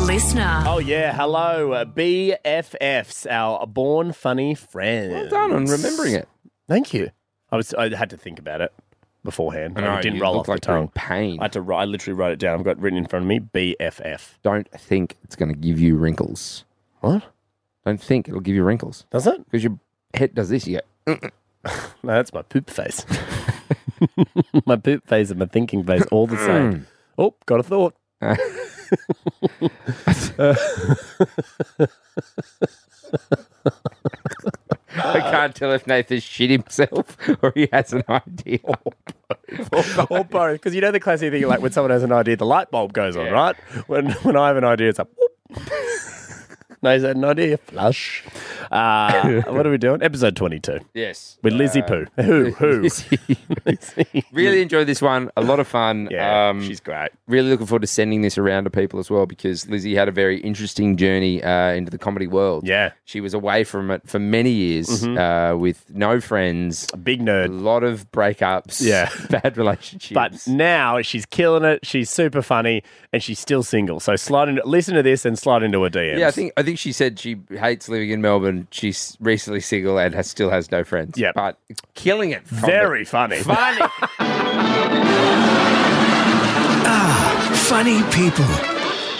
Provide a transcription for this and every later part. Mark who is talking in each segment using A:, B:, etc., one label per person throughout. A: listener.
B: Oh yeah, hello, uh, BFFs, our born funny friends.
C: Well done on remembering it.
B: Thank you. I was I had to think about it beforehand.
C: know,
B: it didn't
C: you
B: roll
C: look
B: off
C: like
B: the
C: you're in
B: tongue.
C: Pain.
B: I had to. wri- I literally wrote it down. I've got it written in front of me. BFF.
C: don't think it's going to give you wrinkles.
B: What?
C: Don't think it'll give you wrinkles
B: Does it?
C: because your head does this. You go,
B: No, that's my poop face. my poop face and my thinking face all the
C: Hmm.
B: same. Oh, got a thought.
C: I can't tell if Nathan's shit himself or he has an idea. Oh,
B: or both. Because you know the classic thing, like when someone has an idea, the light bulb goes on, right? When when I have an idea, it's like, whoop. no, he's had an idea. Flush. Uh, what are we doing? Episode 22
C: yes.
B: with Lizzie Pooh. Who? Who? Lizzie.
C: really enjoyed this one. A lot of fun.
B: Yeah,
C: um,
B: she's great.
C: really looking forward to sending this around to people as well because Lizzie had a very interesting journey uh, into the comedy world.
B: Yeah.
C: She was away from it for many years uh, with no friends,
B: Big
C: a
B: nerd.
C: lot of breakups,
B: Yeah.
C: bad relationships.
B: But now she's killing it. She's super funny, and she's still single. So slide into, listen to this and slide into a DM.
C: Yeah, I think I think she said she hates living in Melbourne. She's recently single and has, still has no friends.
B: Yep.
C: but killing it. from
B: very funny.
C: the- funny.
D: Funny people.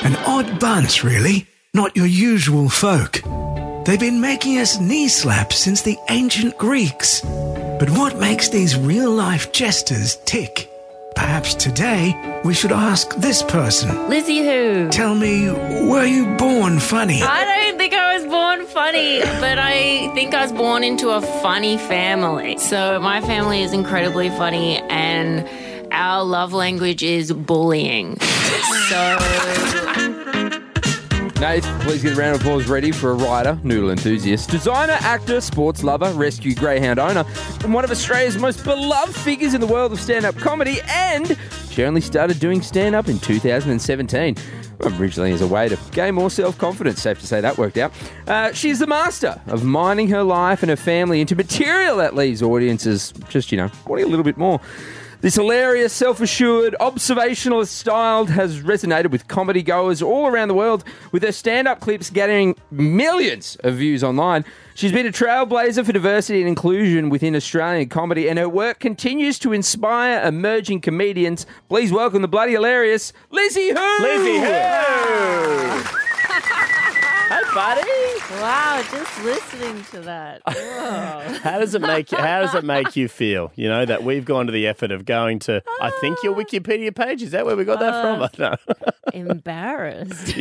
D: An odd bunch, really. Not your usual folk. They've been making us knee slap since the ancient Greeks. But what makes these real life jesters tick? Perhaps today we should ask this person
A: Lizzie who?
D: Tell me, were you born funny?
A: I don't think I was born funny, but I think I was born into a funny family. So my family is incredibly funny and our love language is bullying. So
C: Nate, please get a round of applause ready for a writer, noodle enthusiast, designer, actor, sports lover, rescue greyhound owner, and one of Australia's most beloved figures in the world of stand-up comedy. And she only started doing stand-up in 2017. Originally, as a way to gain more self confidence, safe to say that worked out. Uh, she's the master of mining her life and her family into material that leaves audiences just, you know, wanting a little bit more. This hilarious, self assured, observationalist style has resonated with comedy goers all around the world, with her stand up clips gathering millions of views online. She's been a trailblazer for diversity and inclusion within Australian comedy, and her work continues to inspire emerging comedians. Please welcome the bloody hilarious Lizzie Who!
B: Lizzie Who. hey, buddy.
A: Wow, just listening to that. Whoa.
B: How does it make you, how does it make you feel? You know that we've gone to the effort of going to I think
A: Ah.
B: your Wikipedia page is that where we got that from? I don't know.
A: Embarrassed.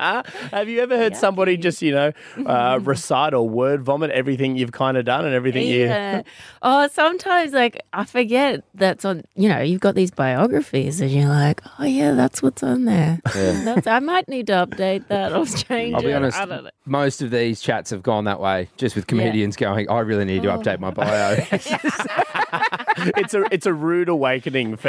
B: Have you ever heard somebody just you know uh, recite or word vomit everything you've kind of done and everything you?
A: Yeah. Oh, sometimes like I forget that's on. You know, you've got these biographies, and you're like, oh yeah, that's what's on there. That's, I might need to update that or change
C: I'll be
A: it.
C: honest,
A: I don't know.
C: most of these chats have gone that way, just with comedians going, I really need to update my bio.
B: It's a it's a rude awakening for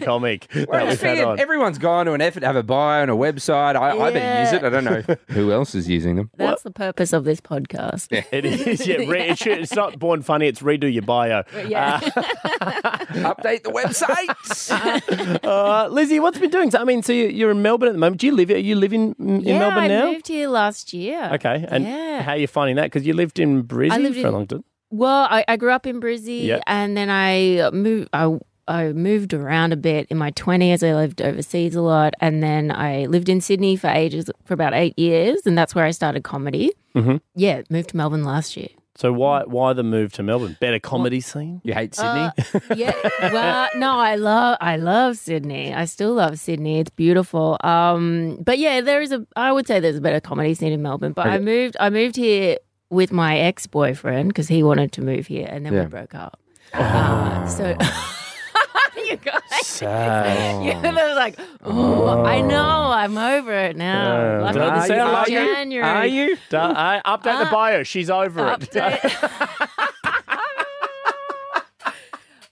B: comic that
C: Well,
B: we've had
C: figured
B: on.
C: everyone's gone to an effort to have a bio and a website. I, I better use it. I don't know who else is using them.
A: That's the purpose of this podcast.
B: It is yeah. Re- it should, it's not born funny. It's redo your bio.
A: Yeah.
C: Update the website.
B: Uh, Lizzie, what's been doing? So, I mean, so you- you're in Melbourne at the moment. Do you live? Are you living in, in
A: yeah,
B: Melbourne
A: I
B: now?
A: moved here last year.
B: Okay, and
A: yeah.
B: how are you finding that? Because you lived in Brisbane
A: lived
B: for a
A: in-
B: long time.
A: Well, I, I grew up in Brizzy,
B: Yeah.
A: and then I moved. I I moved around a bit in my twenties. I lived overseas a lot, and then I lived in Sydney for ages, for about eight years, and that's where I started comedy.
B: Mhm.
A: Yeah, moved to Melbourne last year.
B: So why why the move to Melbourne? Better comedy scene.
C: you hate Sydney?
A: Uh, yeah. Well, no, I love I love Sydney. I still love Sydney. It's beautiful. Um, but yeah, there is a I would say there's a better comedy scene in Melbourne. But I moved I moved here with my ex boyfriend because he wanted to move here, and then
C: Yeah.
A: we broke up. Uh, so. You guys,
B: Sad.
A: you're like, oh, I know, I'm over it now.
B: Yeah.
A: I
B: Don't
A: mean,
B: sound
A: it's
B: like it.
A: January.
C: Are you?
B: Duh, I update the bio. She's over it.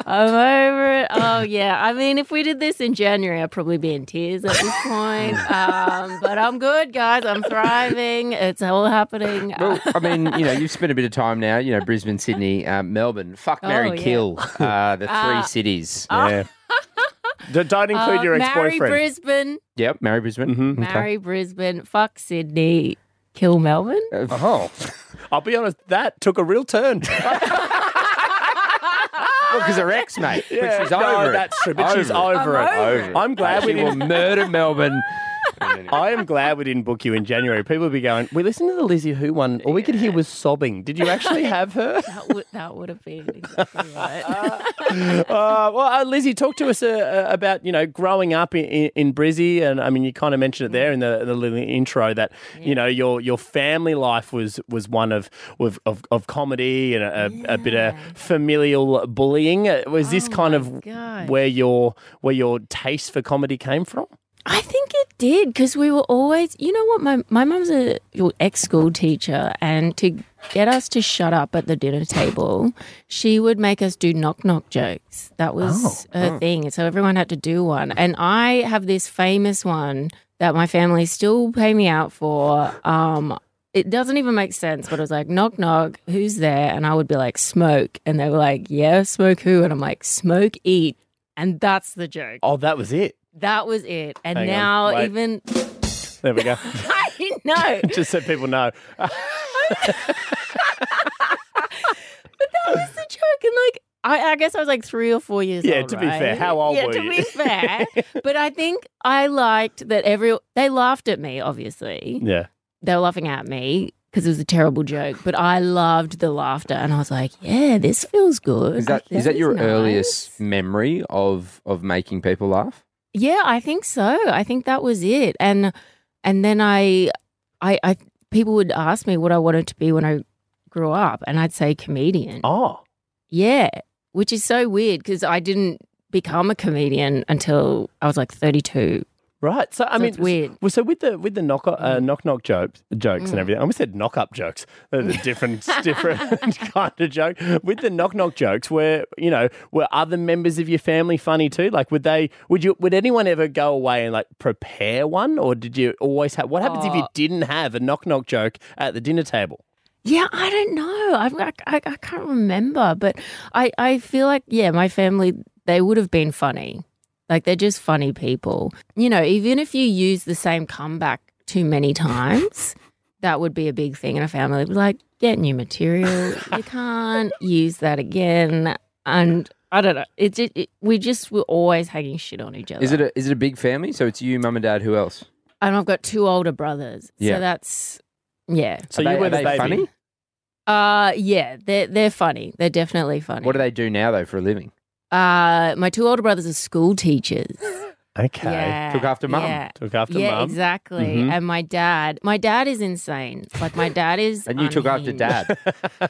A: I'm over it. Oh yeah. I mean, if we did this in January, I'd probably be in tears at this point. Um, but I'm good, guys. I'm thriving. It's all happening. Uh,
C: Well, I mean, you know, you've spent a bit of time now, you know, Brisbane, Sydney, um, Melbourne. Fuck, Mary,
A: Oh, yeah.
C: Kill, uh, the three
A: Uh,
C: cities.
B: yeah. D- Don't include
A: Uh,
B: your ex
A: marry
B: boyfriend.
A: Brisbane.
C: Yep, marry Brisbane.
B: Mhm.
C: Okay.
A: Marry Brisbane. Fuck Sydney. Kill Melbourne.
C: Uh,
B: Oh, I'll be honest, that took a real turn.
C: because her ex, mate. but she's
B: no,
C: over it.
B: that's true. But she's over it.
A: I'm over
C: it.
B: I'm glad we
C: She will
B: didn't.
C: murder Melbourne.
B: I am glad we didn't book you in January. People would be going. We listened to the Lizzie Who one. All we could hear was sobbing. Did you actually have her?
A: That would that would have been exactly right.
B: Uh, well, uh, Lizzie, talk to us uh, uh, about you know growing up in, in, in Brizzy, and I mean you kind of mentioned it there in the, the little intro that you know your your family life was was one of of, of, of comedy and a, a, a bit of familial bullying. Uh, Was this
A: Oh
B: kind
A: my
B: of
A: God.
B: where your where your taste for comedy came from?
A: I think it did because we were always, you know what, my my mum's a your ex school teacher, and to get us to shut up at the dinner table, she would make us do knock knock jokes. That was her thing, and so everyone had to do one. And I have this famous one that my family still pay me out for. Um, it doesn't even make sense, but it was like knock knock, who's there? And I would be like smoke, and they were like, yeah, smoke who? And I'm like smoke eat, and that's the joke.
B: Oh, that was it.
A: That was it. And
B: Hang on,
A: now
B: wait.
A: even
B: There we go.
A: I know.
B: Just so people know.
A: That was the joke. And like I, I guess I was like three or four years
B: Yeah,
A: old.
B: to be fair,
A: right?
B: how old
A: yeah,
B: were
A: to
B: you?
A: be fair. But I think I liked that every they laughed at me, obviously.
B: Yeah.
A: They were laughing at me because it was a terrible joke. But I loved the laughter and I was like, Yeah, this feels good.
C: Is that
A: This
C: is that your
A: nice."
C: earliest memory of of making people laugh?
A: Yeah, I think so. I think that was it. And and then I I I people would ask me what I wanted to be when I grew up and I'd say comedian.
B: Oh.
A: Yeah, which is so weird because I didn't become a comedian until I was like 32.
B: Right, so I
A: So
B: mean,
A: it's weird.
B: Well, so with the with the knock uh,
C: Mm.
B: knock knock jokes jokes and
A: Mm.
B: everything, I almost said knock up jokes. They're the different different kind of joke. With the knock knock jokes, where you know, were other members of your family funny too? Like, would they? Would you? Would anyone ever go away and like prepare one, or did you always have? What happens if you
A: Oh.
B: didn't have a knock knock joke at the dinner table?
A: Yeah, I don't know. I've, I, I, I can't remember, but I, I feel like, yeah, my family, they would have been funny. Like they're just funny people. You know, even if you use the same comeback too many times, that would be a big thing in a family. Like, get new material. you can't use that again. And I don't know. It's it, it, we just were always hanging shit on each other.
C: Is it a, is it a big family? So it's you, mum and dad. Who else?
A: and I've got two older brothers.
C: Yeah.
A: So that's yeah.
B: So
C: Are
B: you
C: they-
B: were
C: are
B: the
C: they
B: baby.
C: funny?
A: Uh yeah, they're they're funny. They're definitely funny.
C: What do they do now though for a living?
A: uh my two older brothers are school teachers.
B: Okay,
A: Yeah.
C: Took after mum. Mm-hmm.
A: Yeah.
B: took after
A: yeah,
B: mum.
A: exactly.
B: Mhm.
A: And my dad, my dad is insane. Like my dad is
C: And you took after
A: unhinged.
C: dad.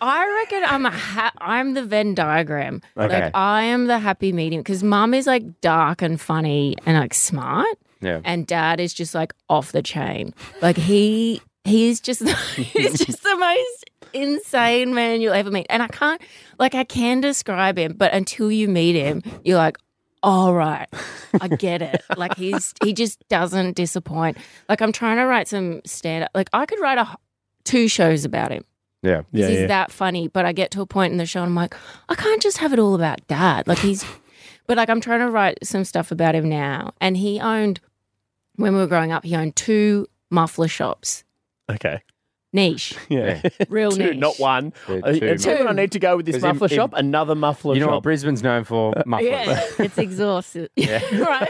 A: I reckon I'm a ha- I'm the Venn diagram.
C: Okay.
A: Like I am the happy medium cuz mum is like dark and funny and like smart.
C: yeah.
A: and dad is just like off the chain. Like he he's just the, he's just the most insane man you'll ever meet. And I can't like I can describe him, but until you meet him, you're like, all right, I get it. like he's he just doesn't disappoint. Like I'm trying to write some stand up. Like I could write a h- two shows about him.
C: Yeah.
A: 'cause he's that funny, but I get to a point in the show and I'm like, I can't just have it all about dad. Like he's, but like I'm trying to write some stuff about him now. And he owned, when we were growing up, he owned two muffler shops,
B: Okay,
A: niche,
B: yeah,
A: real
B: two,
A: niche.
B: not one.
C: Yeah,
B: Uh,
C: two
B: it's where I
A: mufflers.
B: need to go with this
C: 'Cause in-
B: muffler
C: in-
B: shop. Another muffler
C: You know what
B: shop.
C: Brisbane's known for? Mufflers.
A: Yeah, it's exhausted.
C: Yeah.
A: right.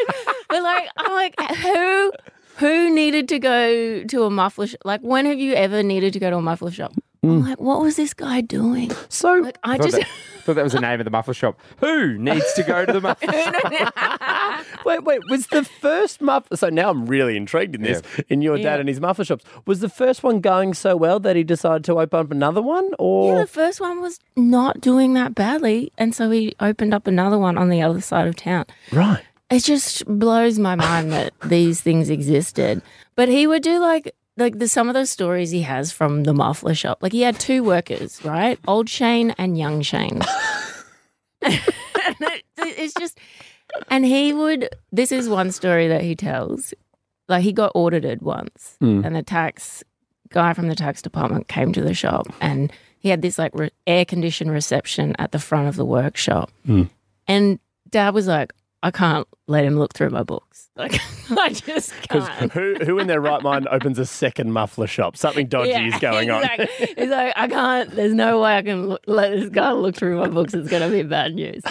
A: But like, I'm like, who, who needed to go to a muffler shop? Like, when have you ever needed to go to a muffler shop? I'm like, what was this guy doing?
B: So
A: Like, I
C: Thought
A: just.
C: Hmm. that, thought that was the name of the muffler shop. Who needs to go to the muffler?
B: Wait, wait, was the first muffler? So now I'm really intrigued in this. In your dad
A: Yeah.
B: and his muffler shops, was the first one going so well that he decided to open up another one, or
A: Yeah, the first one was not doing that badly, and so we opened up another one on the other side of town.
B: right?
A: It just blows my mind that these things existed. But he would do like like the some of those stories he has from the muffler shop. Like he had two workers, right? Old Shane and young Shane. it's just and he would this is one story that he tells. Like he got audited once and the tax guy from the tax department came to the shop and he had this like re- air conditioned reception at the front of the workshop. And dad was like, I can't let him look through my books. Like Uh, I just
B: Because
A: can't.
B: who, who in their right mind opens a second muffler shop? Something dodgy is going on.
A: exactly. It's like I can't. There's no way I can look, let this guy look through my books. It's going to be bad news.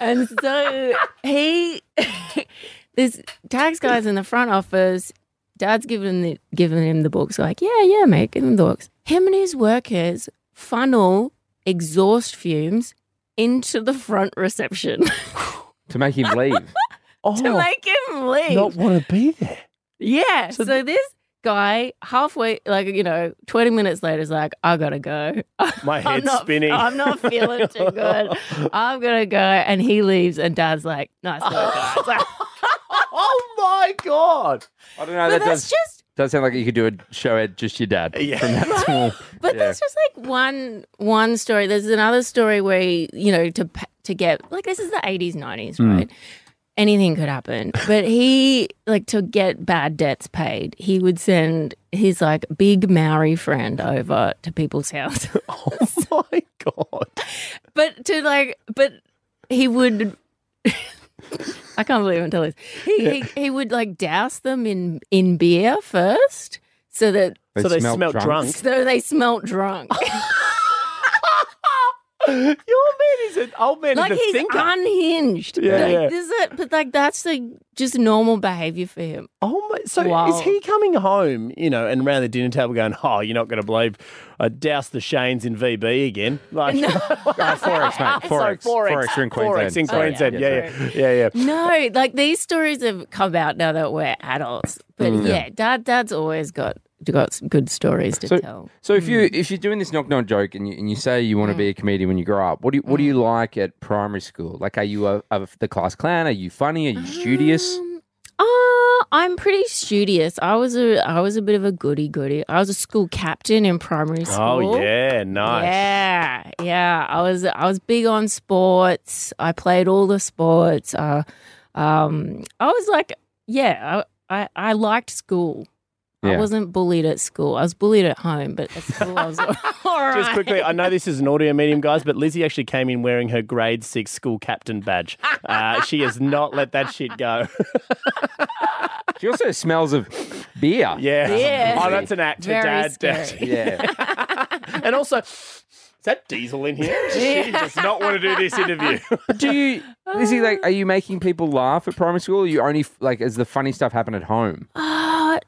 A: and so he, this tax guy's in the front office. Dad's giving him the, giving him the books. Like, yeah, yeah, mate, give him the books. Him and his workers funnel exhaust fumes into the front reception
C: to make him leave.
A: to
B: Oh,
A: make him leave.
B: not want to be there.
A: Yeah. So, this guy, halfway, like, you know, 20 minutes later, is like, I gotta go.
B: My
A: I'm
B: head's
A: not,
B: spinning.
A: I'm not feeling too good. I'm gonna go. And he leaves, and dad's like, nice work, guys. Like,
B: oh my god!
C: I don't know.
A: but
C: That
A: that's
C: does,
A: just,
C: does sound like you could do a show at just your dad.
B: Yeah.
C: From that small.
A: but
C: Yeah.
A: that's just like one one story. There's another story where he, you know to p- to get like this is the 80s, 90s,
C: Hmm.
A: right? Anything could happen. But he like to get bad debts paid. He would send his like big Maori friend over to people's houses.
B: Oh my god!
A: but to like, but he would. I can't believe I'm telling this. He, he he would like douse them in in beer first, so that
B: so they smelt drunk.
A: so they smelt drunk.
B: Your man is an old man.
A: like
B: is a
A: he's
B: thinker.
A: unhinged.
B: Yeah,
A: like,
B: yeah.
A: This is it, but like that's like just normal behavior for him.
B: Oh my! So is
A: Wow.
B: he coming home? You know, and around the dinner table, going, "Oh, you're not going to believe, I doused the Shanes in VB again." Like
C: Forex, mate.
B: Sorry,
C: Forex.
B: forex,
C: Forex in Queensland.
B: Forex in
C: Sorry.
B: Queensland.
C: Oh, Yeah,
B: Yeah, yeah, yeah, yeah.
A: No, like these stories have come out now that we're adults. But yeah, dad, dad's always got got good stories to
C: So-
A: tell.
C: So if you if you're doing this knock knock joke and you, and you say you want to be a comedian when you grow up, what do you what do you like at primary school? Like, are you a, a, the class clown? Are you funny? Are you studious?
A: Um, uh, I'm pretty studious. I was a I was a bit of a goody goody. I was a school captain in primary school.
B: Oh yeah, nice.
A: Yeah, yeah. I was I was big on sports. I played all the sports. Uh, um, I was like, yeah, I I, I liked school.
C: Yeah.
A: I wasn't bullied at school. I was bullied at home, but at school I was all right.
B: Just quickly, I know this is an audio medium, guys, but Lizzie actually came in wearing her grade six school captain badge. Uh, she has not let that shit go.
C: She also smells of beer.
B: yeah.
A: Yeah.
B: Oh, that's an act for
A: Very
B: dad.
A: scary.
C: Yeah.
B: dad. and also, is that diesel in here? She does not want to do this interview.
C: But do you is he like are you making people laugh at primary school? Or you only like is the funny stuff happen at home?
A: Uh,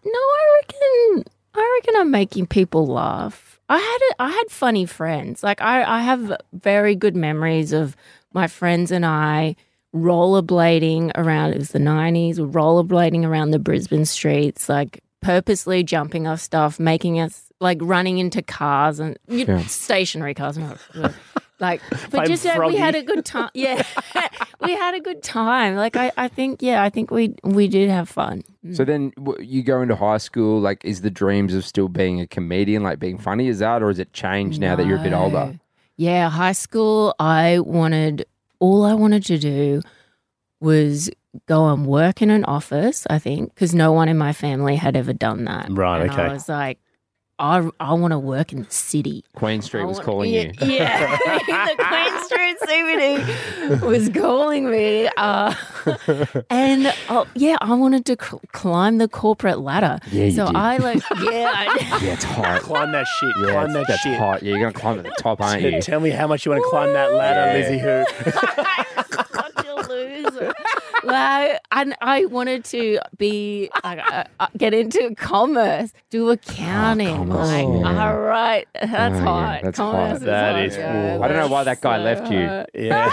A: no, I reckon I reckon I'm making people laugh. I had a, I had funny friends. Like I, I have very good memories of my friends and I rollerblading around. It was the nineties. Rollerblading around the Brisbane streets, like purposely jumping off stuff, making us like running into cars and you,
C: Yeah.
A: stationary cars. Not, like, but
B: Playing
A: just that we
B: Froggy.
A: had a good time. Yeah, we had a good time. Like I, I think yeah, I think we we did have fun. Mm.
C: So then w- you go into high school. Like, is the dreams of still being a comedian, like being funny, is that, or is it changed now that you're a bit older?
A: No. Yeah, high school, I wanted, all I wanted to do was go and work in an office, I think, because no one in my family had ever done that.
B: Right,
A: And
B: okay.
A: I was like, I, I want to work in the city.
C: Queen Street
A: I
C: was
A: want-
C: calling
A: yeah,
C: you.
A: Yeah, the Queen Street CBD was calling me. Uh, and oh, yeah, I wanted to cl- climb the corporate ladder.
C: Yeah, you
A: so
C: did.
A: I like, yeah, I,
C: Yeah, it's hot.
B: Climb that shit.
C: Yeah,
B: climb
C: it's-
B: that
C: that's
B: shit.
C: hot. Yeah, you're gonna climb to the top, aren't you?
B: Tell me how much you want to climb that ladder,
C: Yeah.
B: Lizzie. Who?
A: such a loser. like, and I wanted to be like, uh, uh, get into commerce, do accounting.
C: Oh, commerce,
A: like,
C: yeah.
A: all right, that's
C: Oh, yeah,
A: hot.
C: that's
A: commerce
C: hot.
A: is
B: That
A: hot,
B: is
A: yeah.
B: cool.
C: I don't know why that guy
A: So
C: left you.
A: hot.
B: Yeah.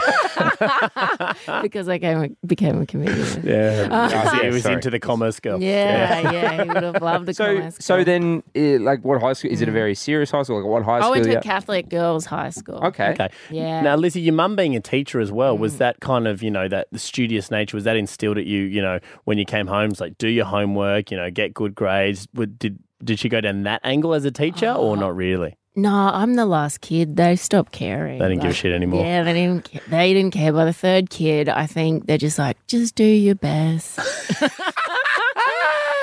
A: because I came, became a comedian.
B: Yeah.
C: Ah.
B: he was
C: Sorry.
B: into the commerce girl.
A: Yeah, yeah, he would have loved the
C: So,
A: commerce.
C: so
A: girl.
C: then, eh, like, what high school? Is it a very serious high school? Like, what high
A: I
C: school?
A: Mm. Oh, went to
C: yeah.
A: Catholic girls' high school.
C: okay.
B: Okay.
A: Yeah.
B: Now, Lizzie, your mum being a teacher as well,
A: Mm.
B: was that kind of, you know, that studious nature, was that instilled at you, you know, when you came home? It's like, do your homework, you know, get good grades. Would, did, did she go down that angle as a teacher
A: Ah.
B: or not really?
A: No, I'm the last kid. They stopped caring.
B: They didn't give a
A: Like,
B: shit anymore.
A: Yeah, they didn't. ca- They didn't care. By the third kid, I think they're just like, just do your best.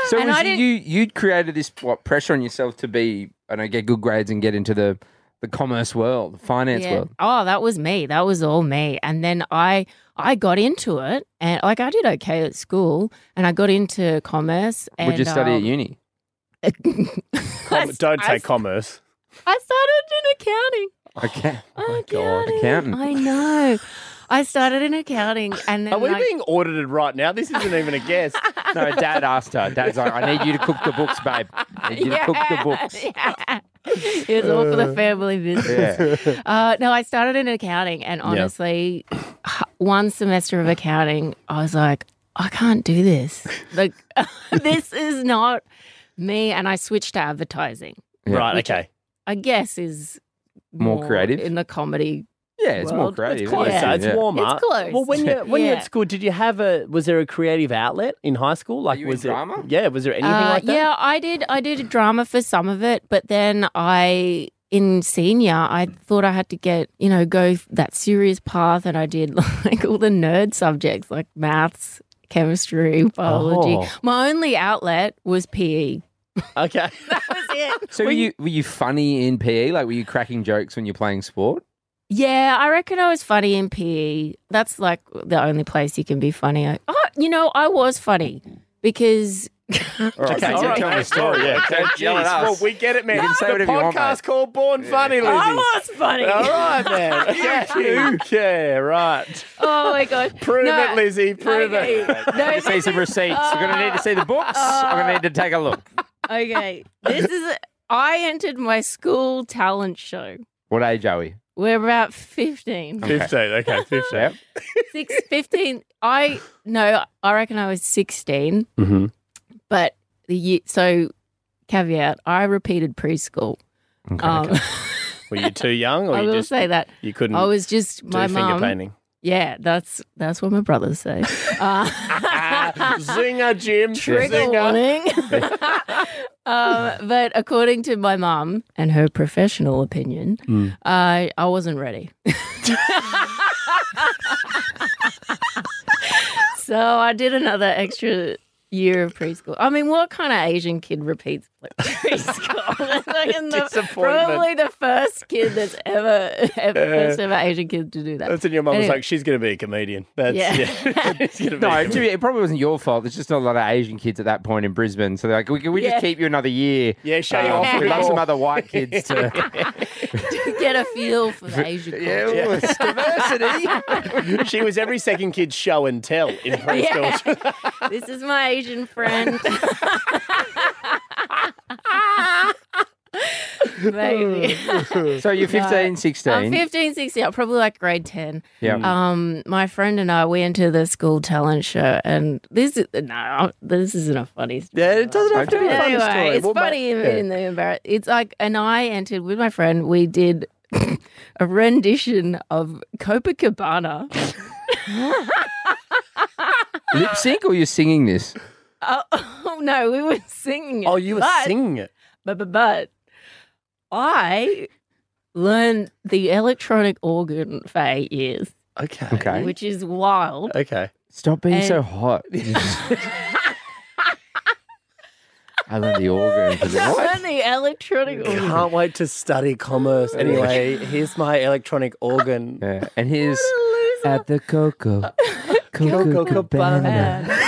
C: So
A: And
C: was
A: I
C: you
A: didn't-
C: you you'd created this what pressure on yourself to be I don't know, get good grades and get into the the commerce world, the finance
A: Yeah.
C: world.
A: Oh, that was me. That was all me. And then I I got into it, and like I did okay at school, and I got into commerce. And,
C: Would you study at
A: um,
C: uni?
A: I
B: Com- don't
A: I-
B: say commerce.
A: I started in accounting.
C: Okay.
A: accounting.
C: Oh Accountant.
A: I know. I started in accounting, and then
B: Are we
A: like,
B: being audited right now? This isn't even a guess.
C: No, Dad asked her. Dad's like, I need you to cook the books, babe. I need you to cook the books.
A: yeah. It was all for
B: Uh.
A: the family business. Uh, no, I started in accounting, and honestly, one semester of accounting, I was like, I can't do this. Like, this is not me. And I switched to advertising.
C: Yeah.
B: Right, okay.
A: I guess is
C: More creative?
A: in the comedy.
C: Yeah, it's more
A: World.
C: creative.
B: It's closer.
C: Yeah.
B: It's warmer.
A: It's close.
B: Well, when you when you're
A: Yeah.
B: at school, did you have a was there a creative outlet in high school? Like
C: you
B: was
C: in
B: it
C: drama?
B: Yeah, was there anything
A: Uh,
B: like that?
A: Yeah, I did. I did drama for some of it, but then I. In senior, I thought I had to get, you know, go that serious path, and I did like all the nerd subjects like maths, chemistry, biology.
B: Oh.
A: My only outlet was E. PE.
C: Oh.
B: Okay.
A: That was it.
C: So were you were you funny in PE? Like were you cracking jokes when you're playing sport?
A: Yeah, I reckon I was funny in PE. That's like the only place you can be funny. I, oh, you know, I was funny because
C: All right,
B: Okay,
C: so
B: all
C: you
B: right.
C: tell me a story. Yeah, don't yell at
B: Jeez, well,
C: us.
B: we get it, man.
C: You can say
B: the
C: whatever you want,
B: podcast
C: mate.
B: called Born Funny, Lizzie.
A: I was funny.
B: All
C: Oh.
B: right, man. yeah, okay, right.
A: Oh my gosh.
B: Prove
A: No,
B: it, Lizzie. Prove
A: okay.
B: it.
A: No,
C: I see some receipts. We're gonna need to see the books. I'm gonna need to take a look.
A: Oh. Okay. This is I entered my school talent show.
C: What age are we?
A: We're about 15.
C: Okay.
B: Fifteen. Okay, fifteen.
C: Yep.
A: Six, 15. I no, I reckon I was 16,
B: Mm-hmm.
A: but the year, so caveat, I repeated preschool.
C: Okay.
A: Um,
B: Were you too young, or
A: I
B: Oh, you
A: will
B: just
A: say that
B: you couldn't
A: I was just
B: do
A: my
B: finger
A: mum.
B: painting?
A: Yeah, that's that's what my brothers say. Uh,
B: Zinger, Jim.
A: trigger
B: Zinger.
A: warning. um, but according to my mum and her professional opinion,
B: Mm.
A: I I wasn't ready. so I did another extra year of preschool. I mean, what kind of Asian kid repeats preschool? Like in the,
B: Disappointment.
A: probably the first kid that's ever, ever
B: Uh,
A: first ever Asian kid to do that.
B: That's when your mum was
A: Anyway.
B: like, she's going to be a comedian. That's,
A: Yeah.
B: yeah. She's gonna be a
C: No,
B: comedian.
C: to be- it probably wasn't your fault. There's just not a lot of Asian kids at that point in Brisbane. So they're like, we, can we
A: Yeah.
C: just keep you another year?
B: Yeah, show you
C: Uh,
B: off. a
C: We'd
B: bit
C: love some
B: more.
C: other white kids to.
A: Get a feel for the Asian culture.
C: yeah, well, it's diversity.
B: she was every second kid's show and tell in preschool.
A: Yeah. this is my Asian friend. Maybe.
B: Hmm,
C: so you're 15, 16.
A: I'm 15, 16. I'm probably like grade 10.
C: Yeah.
A: Um, my friend and I, we entered the school talent show, and this is, no, this isn't a funny story.
B: Yeah, it doesn't have to be a funny
A: Anyway,
B: story.
A: it's
B: Well, mate,
A: funny
B: yeah.
A: even in the embarrass. It's like, and I entered with my friend. We did a rendition of Copacabana.
C: Lip sync or you're singing this?
A: oh, oh no, we were singing. it,
B: Oh, you were
A: but-
B: singing it.
A: but but but I learned the electronic organ for eight years,
B: Okay.
C: Okay.
A: which is wild.
B: Okay.
C: Stop being
A: And-
C: so hot. I learned the organ. for the-
A: I learned the electronic organ.
B: Can't wait to study commerce. Anyway, here's my electronic organ.
C: Yeah. And here's
A: Loser.
C: at the Coco. Coco Cabana.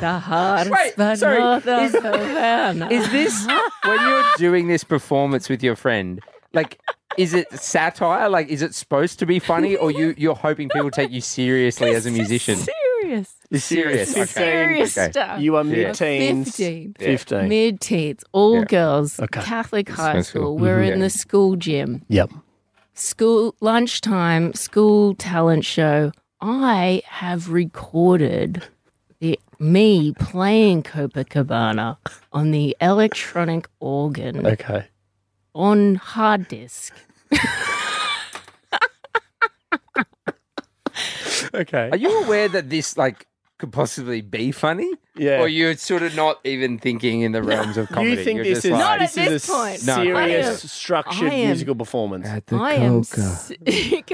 A: The hardest
C: Wait,
A: but
C: sorry,
A: not the
C: is-
A: Havana.
C: Is this when you're doing this performance with your friend? Like, is it satire? Like, is it supposed to be funny, or you you're hoping people take you seriously as a musician?
A: serious,
C: You're serious.
B: This is
C: okay.
A: serious
C: Okay.
A: stuff.
B: You are
C: Yeah.
B: mid teens.
A: 15.
B: 15.
A: Mid teens, all
C: Yeah.
A: girls,
B: Okay.
A: Catholic high
C: sounds
A: school.
C: cool.
A: We're
C: Mhm.
A: in
C: Yeah.
A: the school gym.
B: Yep.
A: school lunchtime school talent show i have recorded the, me playing copacabana on the electronic organ
B: Okay.
A: on hard disk
B: Okay.
C: Are you aware that this like could possibly be funny,
B: Yeah.
C: or you're sort of not even thinking in the realms of comedy?
B: You think
C: You're
B: this
C: just
B: is,
A: Not
C: like,
A: at
B: this is
A: this
B: a
A: point.
C: No.
B: serious,
A: I am-
B: structured
A: I am-
B: musical performance?
C: at the
A: i am
C: Coco.
A: sick.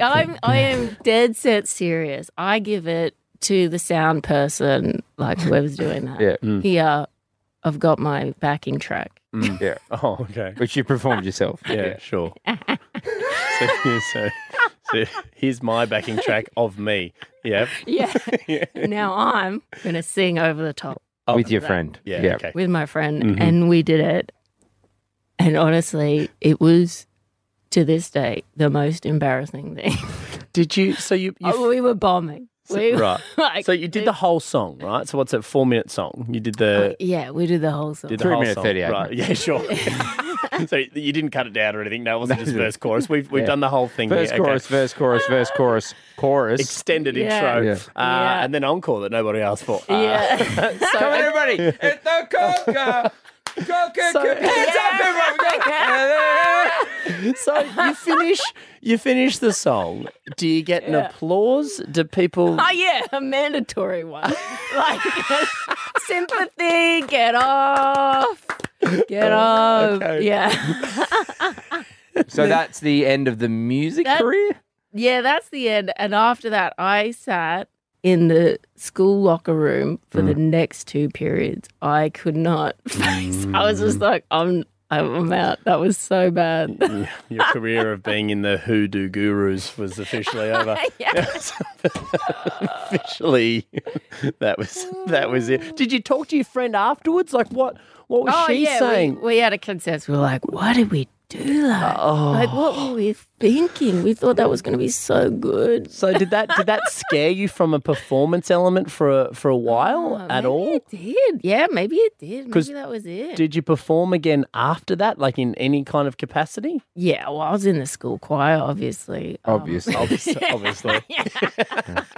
A: i'm i am dead set serious i give it to the sound person like whoever's doing that
C: Yeah.
A: here I've got my backing track.
C: mm, Yeah.
B: Oh, okay.
C: Which you performed yourself.
B: Yeah, sure. so, yeah, so, so here's my backing track of me. Yep.
A: Yeah. now I'm going to sing over the top
C: With your friend.
B: Oh. Yeah. Okay.
A: with my friend
B: Mm-hmm.
A: and we did it. And honestly, it was to this day the most embarrassing thing.
B: Did you? So you? you
A: Oh, we were bombing. We were
B: right.
A: like-
B: so you did the whole song, right? So what's a four minute song? You did the.
A: Yeah, we did the whole song.
B: Did the
C: Three
B: whole
C: minute,
B: song.
C: 38
B: Right. Yeah, sure. so you didn't cut it down or anything. No, it wasn't just verse chorus. We've we've
C: Yeah.
B: done the whole thing.
C: Verse,
B: here.
C: chorus,
B: Okay.
C: verse, chorus, verse, chorus, chorus.
B: Extended
A: Yeah.
B: intro,
C: Yeah.
B: Uh,
A: Yeah.
B: and then encore that nobody asked for. Uh,
A: yeah.
C: Come on, everybody. it's the Coca. Coca, Coca. Hands up, everyone. We got-
B: So you finish, you finish the song. Do you get an applause? Do people?
A: Oh yeah, a mandatory one. Like sympathy, get off. Get off.
B: okay.
A: Yeah.
C: So that's the end of the music
A: That-
C: career?
A: Yeah, that's the end. And after that I sat in the school locker room for the
B: Mm.
A: next two periods. I could not face. I was
B: Mm.
A: just like, I'm I'm out. That was so bad.
B: Your career of being in the hoodoo gurus was officially over.
A: yeah.
B: officially, that was that was it. Did you talk to your friend afterwards? Like what? What was
A: Oh
B: she
A: yeah,
B: saying?
A: We, we had a consensus. We were like, why did we do that?
B: Oh.
A: Like, what were we thinking? We thought that was going to be so good.
B: So did that did that scare you from a performance element for a, for a while
A: Oh,
B: at
A: maybe
B: all?
A: It did. Yeah, maybe it did.
B: 'Cause
A: Maybe that was it.
B: Did you perform again after that, like in any kind of capacity?
A: yeah, well, I was in the school choir, obviously. Um,
C: Obviously.
B: Obviously, obviously. of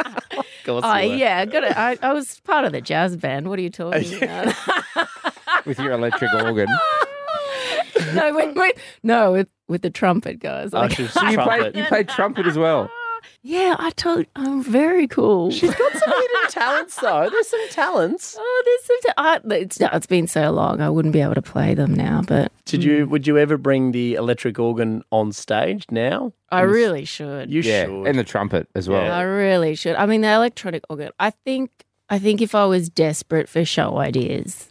B: course
A: Oh,
B: you were.
A: yeah, got it. I, I was part of the jazz band. What are you talking about?
C: With your electric organ.
A: no, with, with, no, with, with the trumpet guys.
B: Oh,
A: Like,
B: she was
C: So you
B: trumpet.
C: played, you played trumpet as well.
A: yeah, I told. I'm very cool.
B: She's got some hidden talents, though. There's some talents.
A: oh, there's some. ta- I- it's, it's been so long. I wouldn't be able to play them now, but
B: Did
A: Hmm.
B: you? Would you ever bring the electric organ on stage? Now
A: I really should.
B: you
C: Yeah.
B: should.
C: And the trumpet as well.
A: I really should. I mean, the electronic organ. I think. I think if I was desperate for show ideas,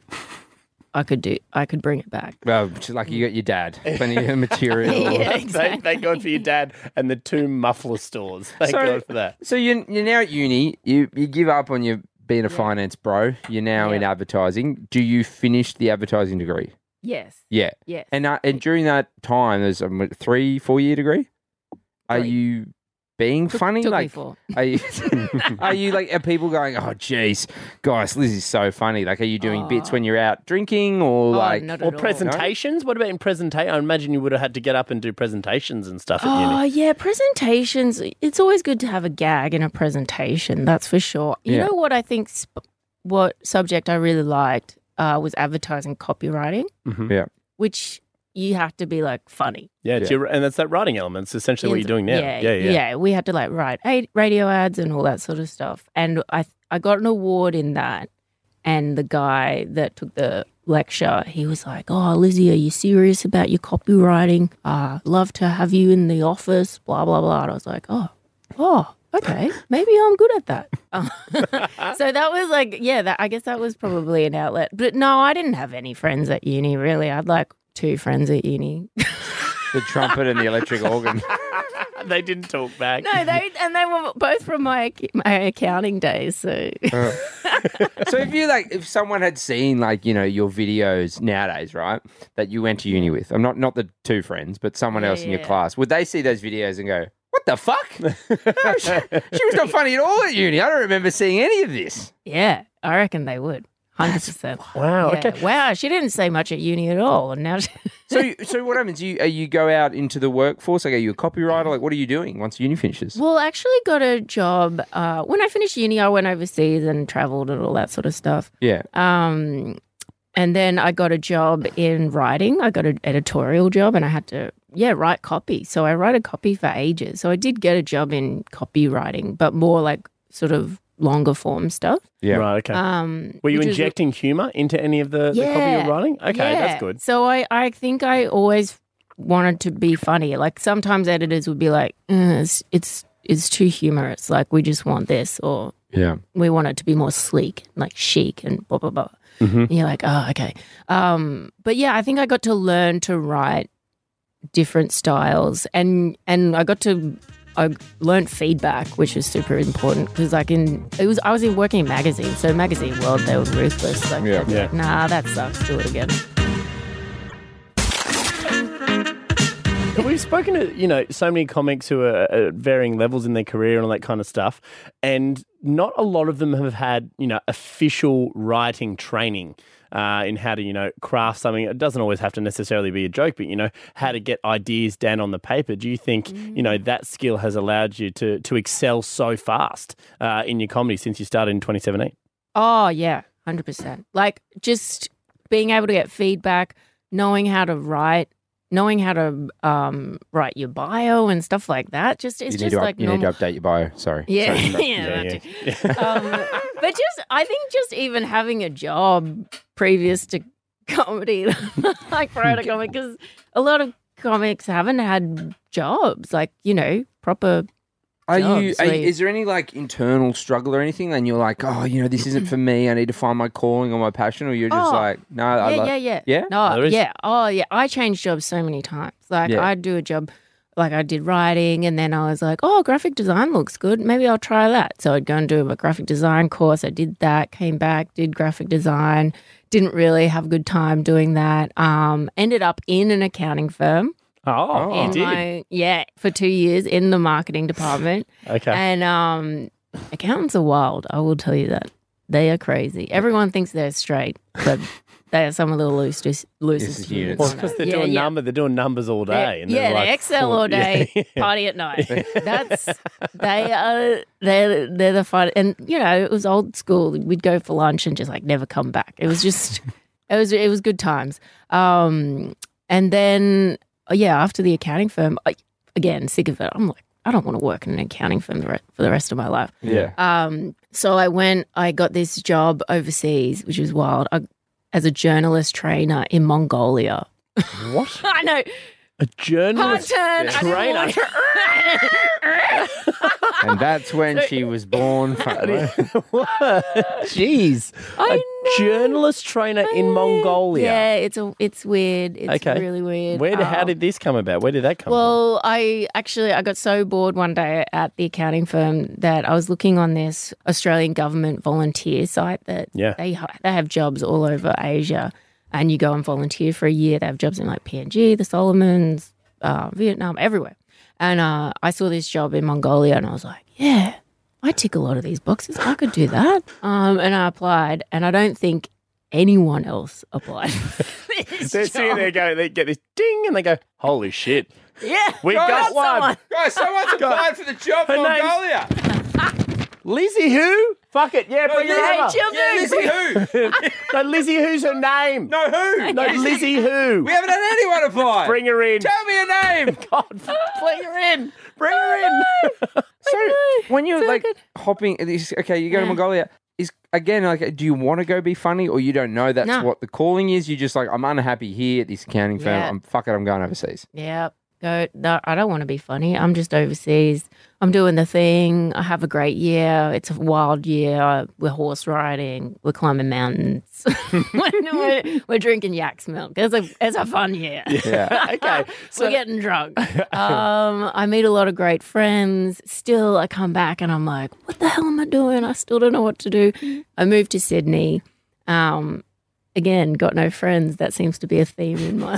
A: I could do. I could bring it back.
C: Well, just like you got your dad. Plenty of material.
B: Thank, thank God for your dad and the two muffler stores. Thank
C: So-
B: God for that.
C: So you're, you're now at uni. You you give up on your being a finance bro. You're now in advertising. Do you finish the advertising degree?
A: Yes.
C: Yeah.
A: Yes.
C: And uh, and during that time, there's um, what, three four year degree. Are
A: Three.
C: you being funny?
A: took me
C: like
A: four.
C: are you are you like are people going? Oh, jeez, guys, Liz is so funny. Like, are you doing bits when you're out drinking or
A: Oh,
C: like?
A: not
B: Or
A: at all.
B: presentations? What about in presentation? I imagine you would have had to get up and do presentations and stuff at
A: Oh
B: uni.
A: yeah, presentations. It's always good to have a gag in a presentation. That's for sure. You
C: Yeah.
A: know what I think? Sp- what subject I really liked uh, was advertising copywriting.
C: Yeah.
A: Which you have to be like funny.
B: Yeah, it's
C: Yeah.
B: your- and that's that writing element. It's essentially what you're doing now.
A: Yeah,
B: yeah, yeah.
A: We had to like write ad- radio ads and all that sort of stuff. And I I got an award in that. And the guy that took the lecture, he was like, "Oh, Lizzie, are you serious about your copywriting? Uh, love to have you in the office." Blah blah blah. And I was like, "Oh, oh." Okay, maybe I'm good at that. Um, so that was like, yeah, that, I guess that was probably an outlet. But no, I didn't have any friends at uni, really. I'd like two friends at uni.
C: The trumpet and the electric organ.
B: They didn't talk back.
A: No, they and they were both from my ac- my accounting days. So
C: So if you like, if someone had seen like you know your videos nowadays, right, that you went to uni with, I'm not not the two friends, but someone
A: Yeah,
C: else in your
A: yeah.
C: class, would they see those videos and go, "What the fuck? No, she, she was not funny at all at uni. I don't remember seeing any of this."
A: yeah, I reckon they would. Hundred percent.
B: Wow. Okay.
A: Wow, she didn't say much at uni at all, and now she,
C: So so what happens? You are you go out into the workforce? Like are you a copywriter? Like what are you doing once uni finishes?
A: well, I actually got a job. Uh, when I finished uni, I went overseas and traveled and all that sort of stuff.
C: Yeah,
A: Um, and then I got a job in writing. I got an editorial job, and I had to yeah write copy. So I wrote a copy for ages. So I did get a job in copywriting, but more like sort of longer form stuff.
C: yeah.
B: Right. Okay.
A: Um,
B: Were you
A: which is-
B: injecting humour into any of the, the copy
A: Yeah.
B: you're writing? Okay,
A: Yeah.
B: that's good.
A: So I, I think I always wanted to be funny. Like sometimes editors would be like, "Uh, it's, it's it's too humorous. Like we just want this, or
C: Yeah.
A: we want it to be more sleek, like chic and blah blah blah.
C: Mhm.
B: Mm-hmm.
A: And you're like, oh, okay. Um, but yeah, I think I got to learn to write different styles, and and I got to I learned feedback, which is super important because like in it was I was in working in magazines, so magazine world they were ruthless. Like,
C: Yeah.
A: they'd be
B: Yeah.
A: like, nah, that sucks. Do it again.
B: We've spoken to you know so many comics who are at varying levels in their career and all that kind of stuff, and not a lot of them have had you know official writing training uh, in how to you know craft something. It doesn't always have to necessarily be a joke, but you know how to get ideas down on the paper. Do you think you know
A: Mm.
B: that skill has allowed you to to excel so fast uh, in your comedy since you started in 2017?
A: Oh yeah, hundred percent. Like just being able to get feedback, knowing how to write, knowing how to um, write your bio and stuff like that. Just it's
C: you
A: just
C: need, to, up-
A: like
C: you need
A: normal.
C: to update your bio. Sorry.
A: Yeah,
C: Sorry.
A: yeah, that too. Um, but just I think just even having a job previous to comedy, like prior to comedy, because a lot of comics haven't had jobs, like you know, proper.
C: Are
A: Jobs,
C: you, are you-
A: like-
C: Is there any like internal struggle or anything? And you're like, oh, you know, this isn't for me. I need to find my calling or my passion. Or you're just
A: Oh.
C: like, no, I
A: yeah,
C: love.
A: yeah, yeah,
C: Yeah?
A: No,
B: There is-
A: yeah. Oh, yeah. I changed jobs so many times. Like
C: Yeah.
A: I'd do a job, like I did writing, and then I was like, oh, graphic design looks good. Maybe I'll try that. So I'd go and do a graphic design course. I did that. Came back, did graphic design. Didn't really have a good time doing that. Um, ended up in an accounting firm.
B: Oh,
C: Oh.
A: in my yeah for two years in the marketing department,
B: okay.
A: and um, accountants are wild. I will tell you that they are crazy. Everyone thinks they're straight, but they are some of the loosest
C: This is
A: loosest
C: you.
A: humans.
B: well,
A: on
B: because
A: earth.
B: they're
A: Yeah,
B: doing
A: yeah.
B: number, they're doing numbers all
A: They're-
B: day, and they're
A: yeah,
B: like,
A: they excel
B: "Oh,
A: all day,
B: yeah, yeah."
A: party at night. That's they are they're they're the fun and you know it was old school. We'd go for lunch and just like never come back. It was just it was it was good times. Um, and then uh, yeah, after the accounting firm, I, again sick of it. I'm like, I don't want to work in an accounting firm the re- for the rest of my life.
C: Yeah.
A: Um, so I went, I got this job overseas, which was wild, I, as a journalist trainer in Mongolia.
B: What?
A: I know,
B: A
A: hard
B: journalist?
A: turn. I didn't
B: Trainer.
A: want to-
C: And that's when she was born.
B: What? Jeez.
A: I
B: a journalist trainer in Mongolia.
A: Yeah, it's a, it's weird. It's
B: Okay.
A: really weird.
B: Where? How
A: Um,
B: did this come about? Where did that come
A: Well, I actually I got so bored one day at the accounting firm that I was looking on this Australian government volunteer site that
B: Yeah.
A: they ha- they have jobs all over Asia, and you go and volunteer for a year. They have jobs in like PNG, the Solomons, uh, Vietnam, everywhere. And uh, I saw this job in Mongolia, and I was like, yeah. I tick a lot of these boxes. I could do that. Um, and I applied, and I don't think anyone else applied. for this
B: They're sitting
A: job.
B: there going, they get this ding, and they go, "Holy shit,
A: Yeah,
B: we got one!"
C: Guys, someone's applied for the job
B: Her
C: from
B: name's-
C: Mongolia.
B: Lizzie who? Fuck it, yeah, bring
C: Lizzie-
A: Hey,
B: it
A: children.
B: over.
C: Lizzie who?
B: No, Lizzie who's her name?
C: No, who?
B: no, Lizzie who?
C: We haven't had anyone apply.
B: Bring her in.
C: Tell me a name.
B: God, bring her in. Bring her in.
C: So when you're
A: So
C: like
A: good.
C: hopping, it's- okay, you go to
A: Yeah.
C: Mongolia. Is again like, do you want to go be funny, or you don't know that's
A: No.
C: what the calling is? You're just like, I'm unhappy here at this accounting firm.
A: Yeah.
C: I'm fuck it, I'm going overseas.
A: Yeah, go. No, I don't want to be funny. I'm just overseas. I'm doing the thing. I have a great year. It's a wild year. We're horse riding. We're climbing mountains. we're, we're drinking yak's milk. It's a it's a fun year.
C: Yeah,
B: Okay,
A: we're getting drunk. Um, I meet a lot of great friends. Still, I come back and I'm like, what the hell am I doing? I still don't know what to do. I moved to Sydney. Um, again, got no friends. That seems to be a theme in my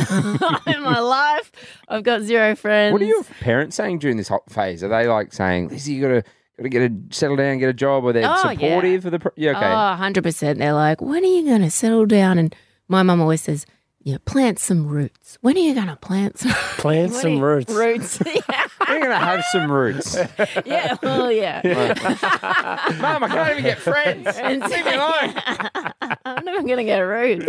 A: in my life. I've got zero friends.
C: what are your parents saying during this hot phase? Are they like saying, Lizzie, you gotta gotta get a settle down, get a job, or they're
A: Oh, yeah.
C: supportive of the? Pro- yeah, okay.
A: Oh, 100%. They're like, when are you going to settle down? And my mum always says, yeah, plant some roots. When are you going to plant some
B: Plant
A: When
B: some
A: are-
B: roots.
A: Roots.
C: We're gonna have some roots.
A: yeah. Oh, yeah.
C: Mum, I can't even get friends.
A: And-
C: Leave me alone.
A: I'm wonder if I'm going to get rude.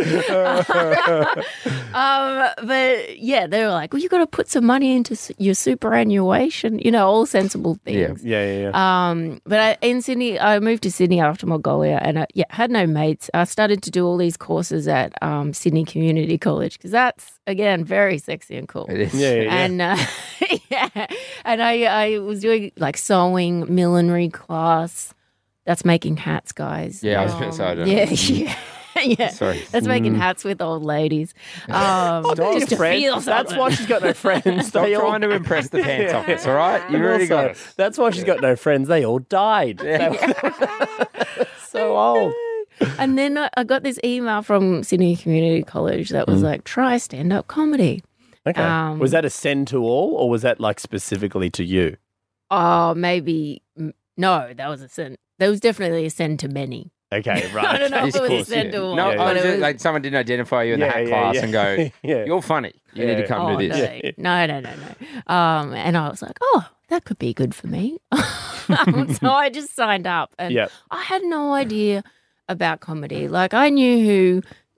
A: um, but yeah, they were like, well, you got to put some money into s- your superannuation, you know, all sensible things.
B: Yeah, yeah, yeah.
A: Um, but I, in Sydney, I moved to Sydney after Mongolia, and I yeah, had no mates. I started to do all these courses at um, Sydney Community College because that's again very sexy and cool.
C: It is.
B: yeah, yeah, yeah.
A: And uh, yeah, and I I was doing like sewing, millinery class. That's making hats, guys. Um,
C: Yeah, I was gonna say, I don't know. hmm.
A: yeah, yeah, yeah.
C: Sorry.
A: That's making hats with old ladies. Um,
B: Your
A: just to
B: friends-
A: feel
B: That's
A: something.
B: why she's got no friends.
C: Stop
B: They all-
C: trying to impress the pants
B: Yeah.
C: off us, all right? You
B: And
C: already got
B: also,
C: it.
B: That's why she's got no friends. They all died. so old.
A: And then I, I got this email from Sydney Community College that
C: Mm.
A: was like, try stand up comedy.
B: Okay.
A: Um,
B: was that a send to all, or was that like specifically to you?
A: Oh, maybe m- no, that was a send. That was definitely a send to many.
B: Okay, right.
A: I don't know if it was a
C: Discourse,
A: send
C: yeah.
A: to one.
C: No,
A: but
C: I was
A: it
C: just, like someone didn't identify you in the
B: Yeah,
C: hat
B: yeah,
C: class
B: yeah.
C: and go,
B: Yeah.
C: "You're funny. You need
B: Yeah.
C: to come
A: oh,
C: do this."
A: No, no, no, no, no. Um, and I was like, oh, that could be good for me. Um, so I just signed up, and
B: Yep.
A: I had no idea about comedy. Like I knew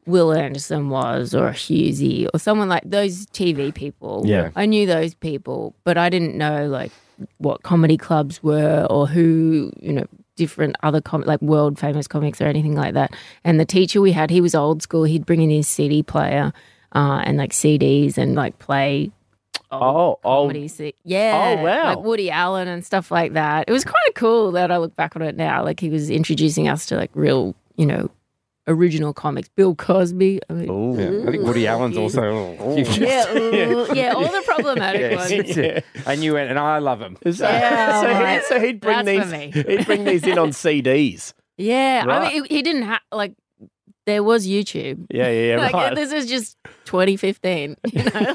A: who Will Anderson was, or Hughesy, or someone like those TV people.
B: Yeah.
A: I knew those people, but I didn't know like what comedy clubs were or who you know different other com- like world famous comics or anything like that. And the teacher we had, he was old school. He'd bring in his CD player uh, and like CDs and like play.
B: Oh, oh,
A: comedy se- yeah.
B: Oh, wow.
A: Like Woody Allen and stuff like that. It was kind of cool that I look back on it now. Like he was introducing us to like real, you know, original comics. Bill Cosby. I mean,
B: Ooh.
C: Yeah. I think Woody Allen's also. oh.
A: yeah, ooh, yeah, all the problematic
C: Yes.
A: ones.
C: and you went, and I love him.
B: So,
A: Yeah,
B: so he-
A: alright.
B: so he'd bring
A: That's for
B: these. He'd bring these in on CDs.
A: Yeah,
B: Right.
A: I mean, he he didn't have like. There was YouTube.
B: Yeah, yeah, yeah.
A: like,
B: right.
A: This is just 2015. You know, like,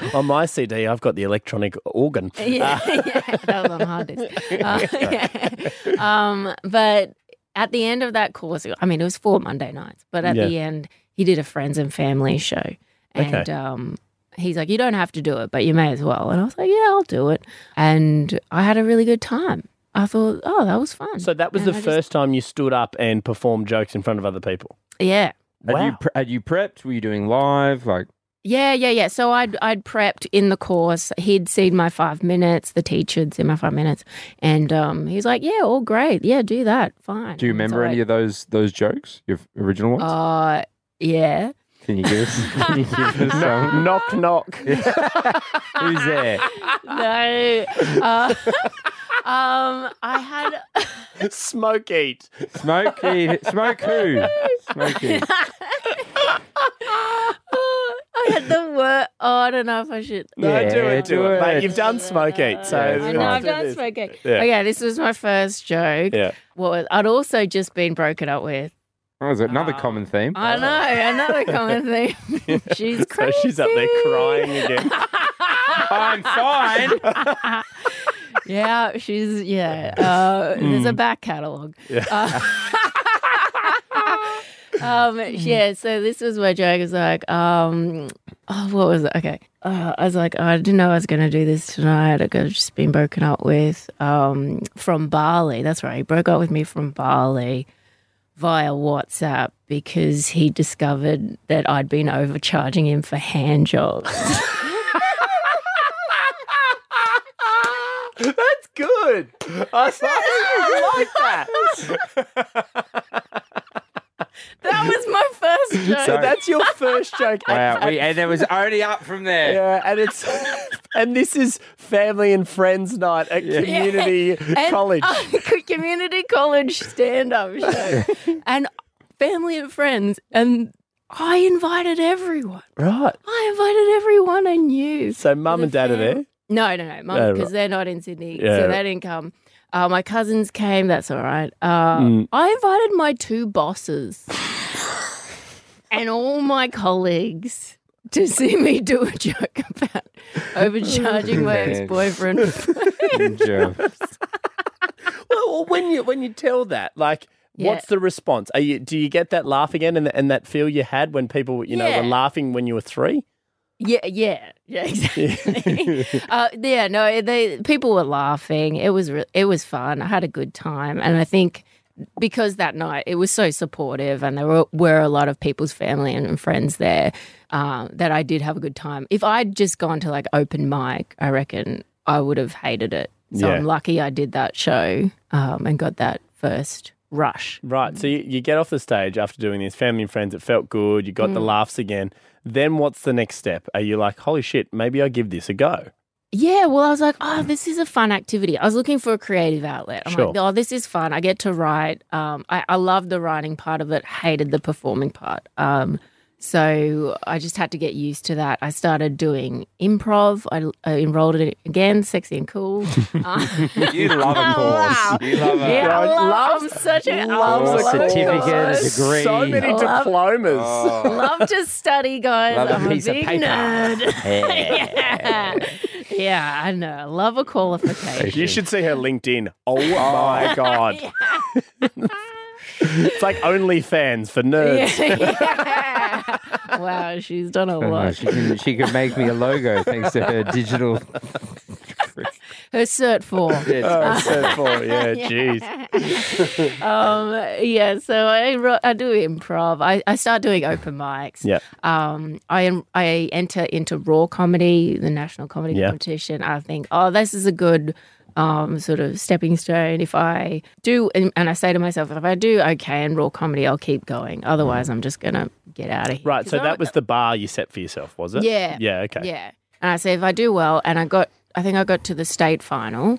B: like on my CD, I've got the electronic organ.
A: yeah, yeah, that was on hard disk. Uh, yeah. um, but at the end of that course, I mean, it was four Monday nights, but at
B: Yeah.
A: the end, he did a friends and family show. And
B: Okay.
A: um, he's like, You don't have to do it, but you may as well. And I was like, Yeah, I'll do it. And I had a really good time. I thought, Oh, that was fun.
B: So that was
A: And
B: the
A: I just-
B: first time you stood up and performed jokes in front of other people.
A: yeah.
C: Had you, pre- had you prepped? Were you doing live? Like,
A: Yeah, yeah, yeah. So I'd I'd prepped in the course. He'd seen my five minutes. The teacher'd seen my five minutes, and um, he's like, "Yeah, all great. Yeah, do that. Fine."
C: do you remember any of those those jokes? Your original ones?
A: Uh, yeah.
C: Can you give us? Can you give us some?
B: knock, knock.
C: Who's there?
A: No. Uh, um, I had.
B: Smoke eat.
C: Smokey. Smoke who? Smokey.
A: I had the word. Oh, I don't know if I should.
B: No,
C: Yeah,
B: do it, do
C: do
B: it.
C: it.
B: Mate, you've done smoke eat, so
C: Yeah, it's
A: I
B: let's
A: know, I've
B: do
A: done
B: this.
A: smoking.
B: Yeah.
A: Okay, this was my first joke.
B: Yeah.
A: Well, I'd also just been broken up with.
C: What was it? Another
A: Oh.
C: common theme.
A: I know, another common thing. she's
B: So
A: crazy.
B: she's up there crying again.
C: I'm fine.
A: Yeah, she's yeah. Uh, There's a back catalogue.
B: Hmm. Yeah.
A: Uh, um,
B: Hmm.
A: yeah. So this was where joke was like, um, oh, what was it? Okay, uh, I was like, I didn't know I was going to do this tonight. I got just been broken up with um, from Bali. That's right. He broke up with me from Bali via WhatsApp because he discovered that I'd been overcharging him for hand jobs.
B: That's good. I, s- I like that.
A: that was my first joke.
B: So that's your first joke.
C: Wow. We, and it was only up from there.
B: Yeah, and it's and this is family and friends night at community
A: And-
B: college.
A: uh, community college stand up show. and family and friends. And I invited everyone.
B: right.
A: I invited everyone I knew.
B: So mum and dad are there.
A: No, no, no,
B: Oh,
A: mum, because they're not in Sydney.
B: Yeah.
A: So they didn't come. Uh, my cousins came. That's all right. Uh,
B: Mm.
A: I invited my two bosses and all my colleagues to see me do a joke about overcharging my
C: Man.
A: ex boyfriend.
C: Good job.
B: Well, well, when you when you tell that, like,
A: Yeah.
B: what's the response? Are you do you get that laugh again and, and that feel you had when people you know
A: Yeah.
B: were laughing when you were three?
A: Yeah, yeah, yeah, exactly. uh, yeah, no, they people were laughing. It was re- it was fun. I had a good time, and I think because that night it was so supportive and there were, were a lot of people's family and friends there um, that I did have a good time. If I'd just gone to like open mic, I reckon I would have hated it. So
B: Yeah.
A: I'm lucky I did that show um, and got that first rush.
B: Right. So you, you get off the stage after doing this, family and friends, it felt good. You got the laughs again. Then what's the next step? Are you like, holy shit, maybe I give this a go?
A: Yeah, well, I was like, oh, this is a fun activity. I was looking for a creative outlet. I'm
B: Sure.
A: like, oh, this is fun. I get to write. Um, I, I love the writing part of it, hated the performing part. Um, so I just had to get used to that. I started doing improv. I, I enrolled in it again, sexy and cool. Uh,
C: You love a
A: Wow.
C: course. You love a
A: yeah, I
B: God,
A: love, I'm such a
B: Love
A: I Oh, love
E: certificate,
A: it.
E: a degree.
B: So many
A: Love-
B: diplomas.
A: love to study, guys.
C: Love a
A: I'm
C: piece
A: a
C: of
A: big
C: paper.
A: nerd. yeah. yeah, I know. Love a qualification.
B: You should see her LinkedIn. Oh my god. it's like OnlyFans for nerds.
A: yeah. Wow, she's done a lot.
E: she, can, she can make me a logo thanks to her digital.
A: Her cert four.
B: Oh, so full. Yeah, jeez.
A: Um, yeah, so I, ro- I do improv. I, I start doing open mics.
B: Yeah.
A: Um, I en- I enter into raw comedy, the national comedy
B: Yeah.
A: competition. I think, oh, this is a good um, sort of stepping stone. If I do, and, and I say to myself, if I do okay in raw comedy, I'll keep going. Otherwise, I'm just gonna get out of here.
B: Mm. Right.
A: 'Cause
B: So
A: I'm-
B: that was the bar you set for yourself, was it?
A: Yeah.
B: Yeah. Okay.
A: Yeah. And I say if I do well, and I got, I think I got to the state final,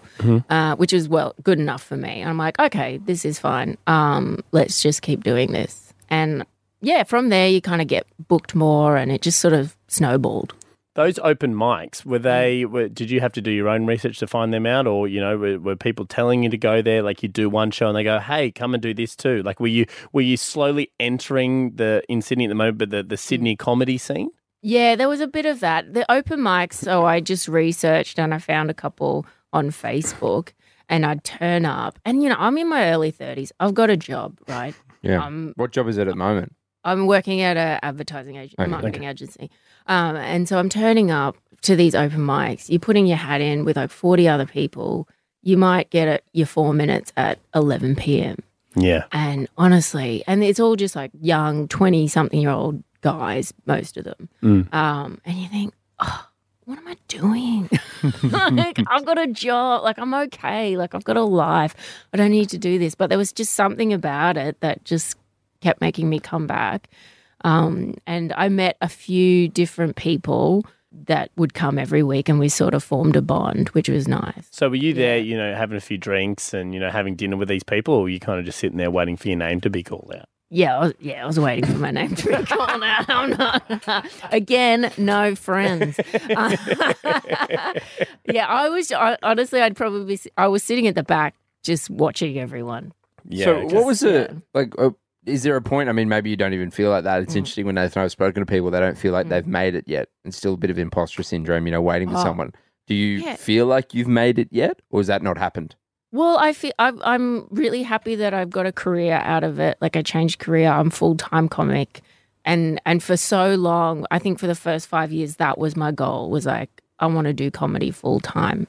A: uh, which is well good enough for me. And I'm like, okay, this is fine. Um, let's just keep doing this. And yeah, from there you kind of get booked more, and it just sort of snowballed.
B: Those open mics were they? Were, did you have to do your own research to find them out, or you know, were, were people telling you to go there? Like you do one show and they go, "Hey, come and do this too." Like were you were you slowly entering the in Sydney at the moment, but the, the Sydney comedy scene?
A: Yeah, there was a bit of that. The open mics, so I just researched and I found a couple on Facebook and I'd turn up. And, you know, I'm in my early 30s. I've got a job, right? Um,
C: Yeah.
A: I'm
C: What job is it at the moment?
A: I'm working at a advertising agency,
C: Okay.
A: marketing agency, um, and so I'm turning up to these open mics. You're putting your hat in with like 40 other people. You might get it, your four minutes at 11 p.m.
B: Yeah.
A: And honestly, and it's all just like young 20 something year old guys, most of them.
B: Mm.
A: Um, and you think, oh, what am I doing? like, I've got a job. Like, I'm okay. Like, I've got a life. I don't need to do this. But there was just something about it that just kept making me come back. Um, and I met a few different people that would come every week, and we sort of formed a bond, which was nice.
B: So were you there?
A: Yeah.
B: You know, having a few drinks and you know having dinner with these people, or were you kind of just sitting there waiting for your name to be called out?
A: Yeah, I was, yeah, I was waiting for my name to be called out. I'm not, again, no friends. yeah, I was I, honestly, I'd probably be, s- I was sitting at the back just watching everyone.
B: Yeah.
C: so
B: okay.
C: what was the
A: yeah.
C: like? Uh, is there a point? I mean, maybe you don't even feel like that. It's interesting when Nathan and I've spoken to people, they don't feel like they've made it yet, and still a bit of imposter syndrome. You know, waiting for
A: Oh.
C: someone. Do you
A: Yeah.
C: feel like you've made it yet, or has that not happened?
A: Well, I feel I'm, I'm really happy that I've got a career out of it. Like I changed career. I'm full time comic, and and for so long, I think for the first five years, that was my goal. Was like I want to do comedy full time.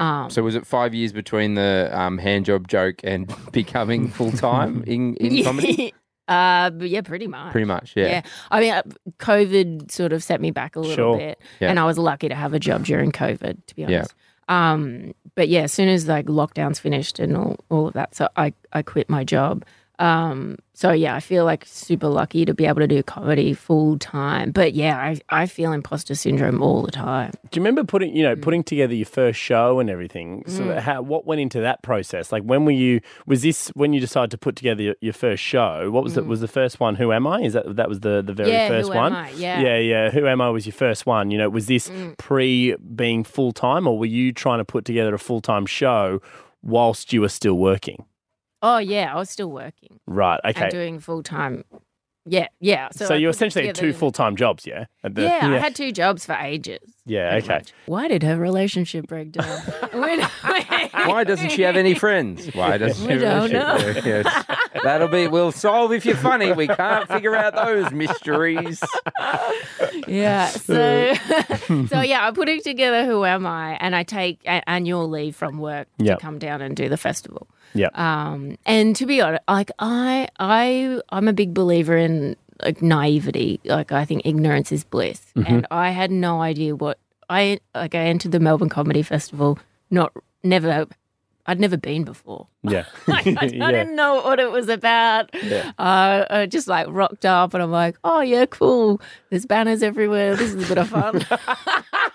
A: Um,
C: So was it five years between the um, hand job joke and becoming full time in in comedy?
A: uh, but yeah, pretty much.
C: Pretty much, yeah.
A: I mean, uh, COVID sort of set me back a little
B: Sure.
A: bit,
C: Yeah.
A: and I was lucky to have a job during COVID, to be
C: Yeah.
A: honest. Um, but yeah, as soon as like lockdowns finished and all, all of that, so I I quit my job. Um, so yeah, I feel like super lucky to be able to do comedy full time. But yeah, I I feel imposter syndrome all the time.
B: Do you remember putting, you know,
A: Mm.
B: putting together your first show and everything? So how, what went into that process? Like when were you? Was this when you decided to put together your, your first show? What was the was the first one? Who am I? Is that that was the the very
A: Mm. Yeah,
B: first
A: Who Am
B: one?
A: I? Yeah. Mm.
B: yeah, yeah. Who am I was your first one? You know, was this pre being full time, or were you trying to put together a full time show whilst you were still working?
A: Oh yeah, I was still working
B: Right. Okay.
A: and doing full time. Yeah, yeah.
B: so
A: I put
B: you
A: it
B: essentially had two
A: together-
B: full time jobs, yeah? At the-
A: yeah, I had two jobs for ages.
B: Yeah,
A: pretty
B: okay.
A: much. Why did her relationship break down?
C: Why doesn't she have any friends? Why doesn't
A: We
C: she? have any
A: don't
C: friends? That'll be, we'll solve if you're funny. We can't figure out those mysteries.
A: Yeah. So, so yeah, I'm putting together Who Am I, and I take a- annual leave from work
B: Yeah.
A: to come down and do the festival.
B: Yeah.
A: Um, and to be honest, like I, I, I'm a big believer in like naivety. Like I think ignorance is bliss,
B: Mm-hmm.
A: and I had no idea what I like. I entered the Melbourne Comedy Festival, not never. I'd never been before.
B: yeah.
A: Like, I, I didn't know what it was about. Uh, I just like rocked up and I'm like, oh yeah, cool. There's banners everywhere. This is a bit of fun.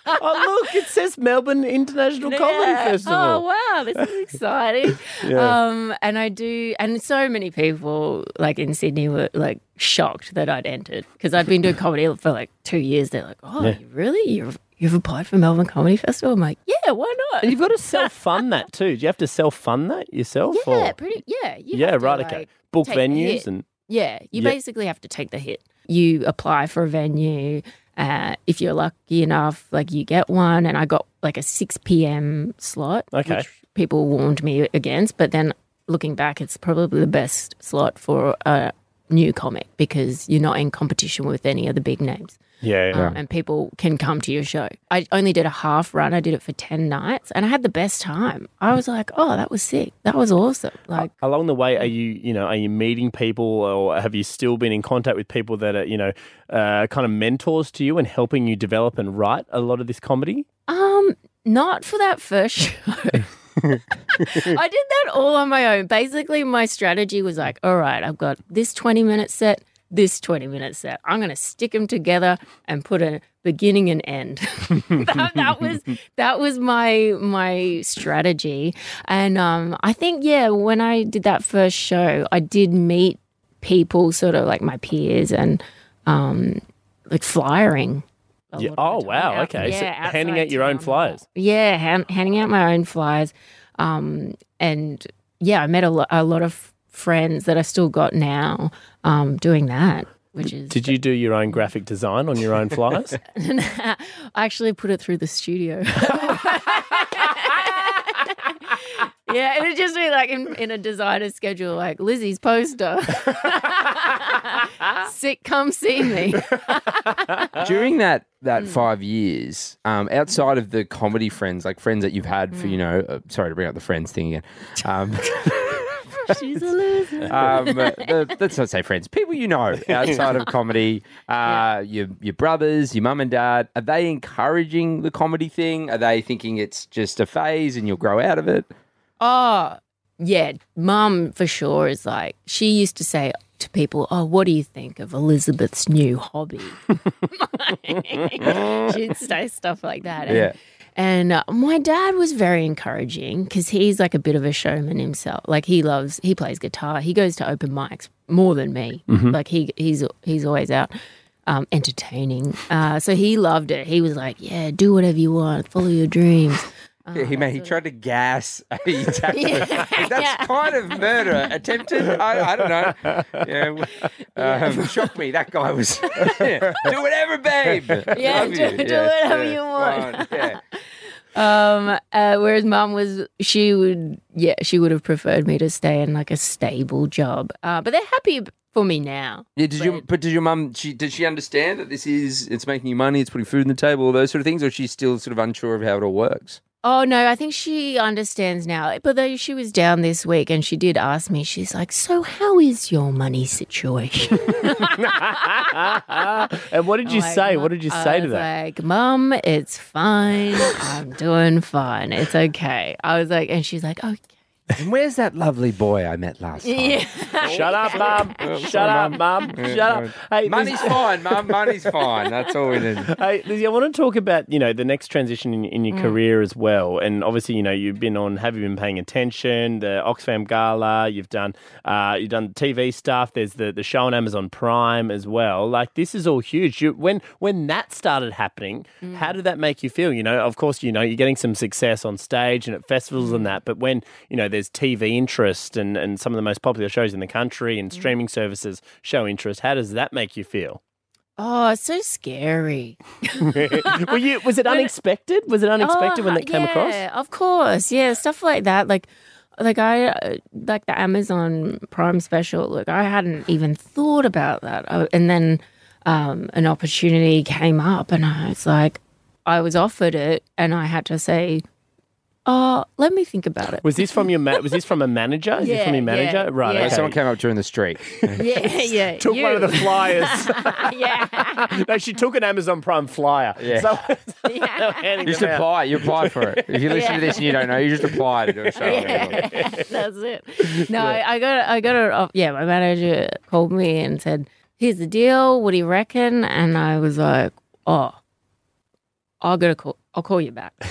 B: oh look, it says Melbourne International Comedy
A: Yeah.
B: Festival.
A: Oh wow, this is exciting.
B: Yeah.
A: Um, and I do, and so many people like in Sydney were like shocked that I'd entered because I'd been doing comedy for like two years. They're like, oh, you really? You've you've applied for Melbourne Comedy Festival? I'm like, yeah, why not?
B: And you've got to self fund that too. Do you have to self fund that yourself?
A: yeah,
B: or?
A: pretty. Yeah, you
B: yeah,
A: have to,
B: right. okay.
A: like,
B: Book
A: take the
B: venues
A: hit.
B: and
A: Yeah, you
B: Yeah.
A: basically have to take the hit. You apply for a venue. Uh, if you're lucky enough, like you get one, and I got like a 6 p.m. slot,
B: Okay.
A: which people warned me against. But then looking back, it's probably the best slot for a new comic because you're not in competition with any of the big names,
B: yeah, yeah.
A: um, and people can come to your show. I only did a half run. I did it for ten nights, and I had the best time. I was like, "Oh, that was sick. That was awesome!" Like,
B: Along the way, are you you know are you meeting people, or have you still been in contact with people that are you know uh, kind of mentors to you and helping you develop and write a lot of this comedy?
A: Um, not for that first show. I did that all on my own. Basically, my strategy was like, all right, I've got this 20 minute set, this 20 minute set. I'm going to stick them together and put a beginning and end. that, that was that was my my strategy. And um, I think yeah, when I did that first show, I did meet people sort of like my peers and um, like flyering. a
B: Yeah.
A: lot
B: Oh
A: of the time
B: wow.
A: out-
B: Okay. so
A: yeah,
B: handing
A: outside
B: out your own
A: town.
B: flyers.
A: Yeah, hand, handing out my own flyers. Um, and yeah, I met a, lo- a lot of friends that I still got now um, doing that, which is.
B: Did you do your own graphic design on your own flyers?
A: I actually put it through the studio. yeah, it would just be like in, in a designer schedule, like Lizzie's poster. Sit, come see me.
C: During that that five years, um, outside of the comedy friends, like friends that you've had for you know, uh, sorry to bring up the friends thing again. Um,
A: She's a loser.
C: um, the, let's not say friends, people you know outside of comedy. Uh, Your your brothers, your mum and dad. Are they encouraging the comedy thing? Are they thinking it's just a phase and you'll grow out of it?
A: Oh, yeah. Mum, for sure, is like, she used to say to people, Oh, what do you think of Elizabeth's new hobby? She'd say stuff like that. And,
C: Yeah.
A: And uh, my dad was very encouraging because he's like a bit of a showman himself. Like he loves, he plays guitar. He goes to open mics more than me. Like he he's he's always out um, entertaining. Uh, so he loved it. He was like, "Yeah, do whatever you want, follow your dreams."
C: Yeah, he man, he tried to gas. He attacked the-
A: Yeah.
C: That's
A: Yeah.
C: kind of murder attempted. I, I don't know. Yeah, w- um, shocked me. That guy was. Yeah, do whatever, babe.
A: Yeah,
C: Love
A: do-
C: you.
A: do whatever you
C: go
A: want.
C: on, yeah.
A: Um, uh, whereas mum was, she would, yeah, she would have preferred me to stay in like a stable job. Uh, but they're happy ab- for me now.
C: Yeah, did you? But did your mum? She did she understand that this is it's making you money, it's putting food on the table, all those sort of things, or she's still sort of unsure of how it all works.
A: Oh no, I think she understands now. But though she was down this week and she did ask me, she's like, "So how is your money situation?"
B: and what did you
A: I'm like,
B: say?
A: "Mum,"
B: What did you
A: Oh, I
B: say to
A: was
B: that?
A: Like, mum, it's fine. I'm doing fine. It's okay. I was like, and she's like, okay.
C: And where's that lovely boy I met last time?
B: Shut up, mum. Shut up, mum. Shut up. Hey,
C: Money's
B: Liz-
C: fine, mum. Money's fine. That's all we need.
B: Hey, Lizzie, I want to talk about you know the next transition in, in your career as well, and obviously you know you've been on. Have you been paying attention? The Oxfam Gala, you've done, uh, you've done TV stuff. There's the the show on Amazon Prime as well. Like this is all huge. You, when when that started happening, how did that make you feel? You know, of course, you know you're getting some success on stage and at festivals and that, but when you know there's TV interest and and some of the most popular shows in the country and streaming services show interest, how does that make you feel?
A: Oh, it's so scary.
B: Were you, was it unexpected? Was it unexpected
A: Oh,
B: when that came
A: yeah,
B: across?
A: Of course, yeah, stuff like that. Like like I uh, like the Amazon Prime special. Look, I hadn't even thought about that, I, and then um, an opportunity came up, and I was like, I was offered it, and I had to say, "Oh, let me think about it."
B: Was this from your ma- was this from a manager? Is it
A: Yeah,
B: from your manager?
A: yeah,
B: right.
A: yeah.
B: okay.
E: Someone came up to her in the street.
A: yeah, yeah.
B: took one of the flyers.
A: yeah,
B: no, she took an Amazon Prime flyer.
E: Yeah.
B: So,
A: yeah.
E: Just apply. You apply for it. If you listen to this and you don't know, you just apply to do a show.
A: That's it. No, I, I got I got a yeah. My manager called me and said, "Here's the deal. What do you reckon?" And I was like, "Oh, I'll go to call. I'll call you back."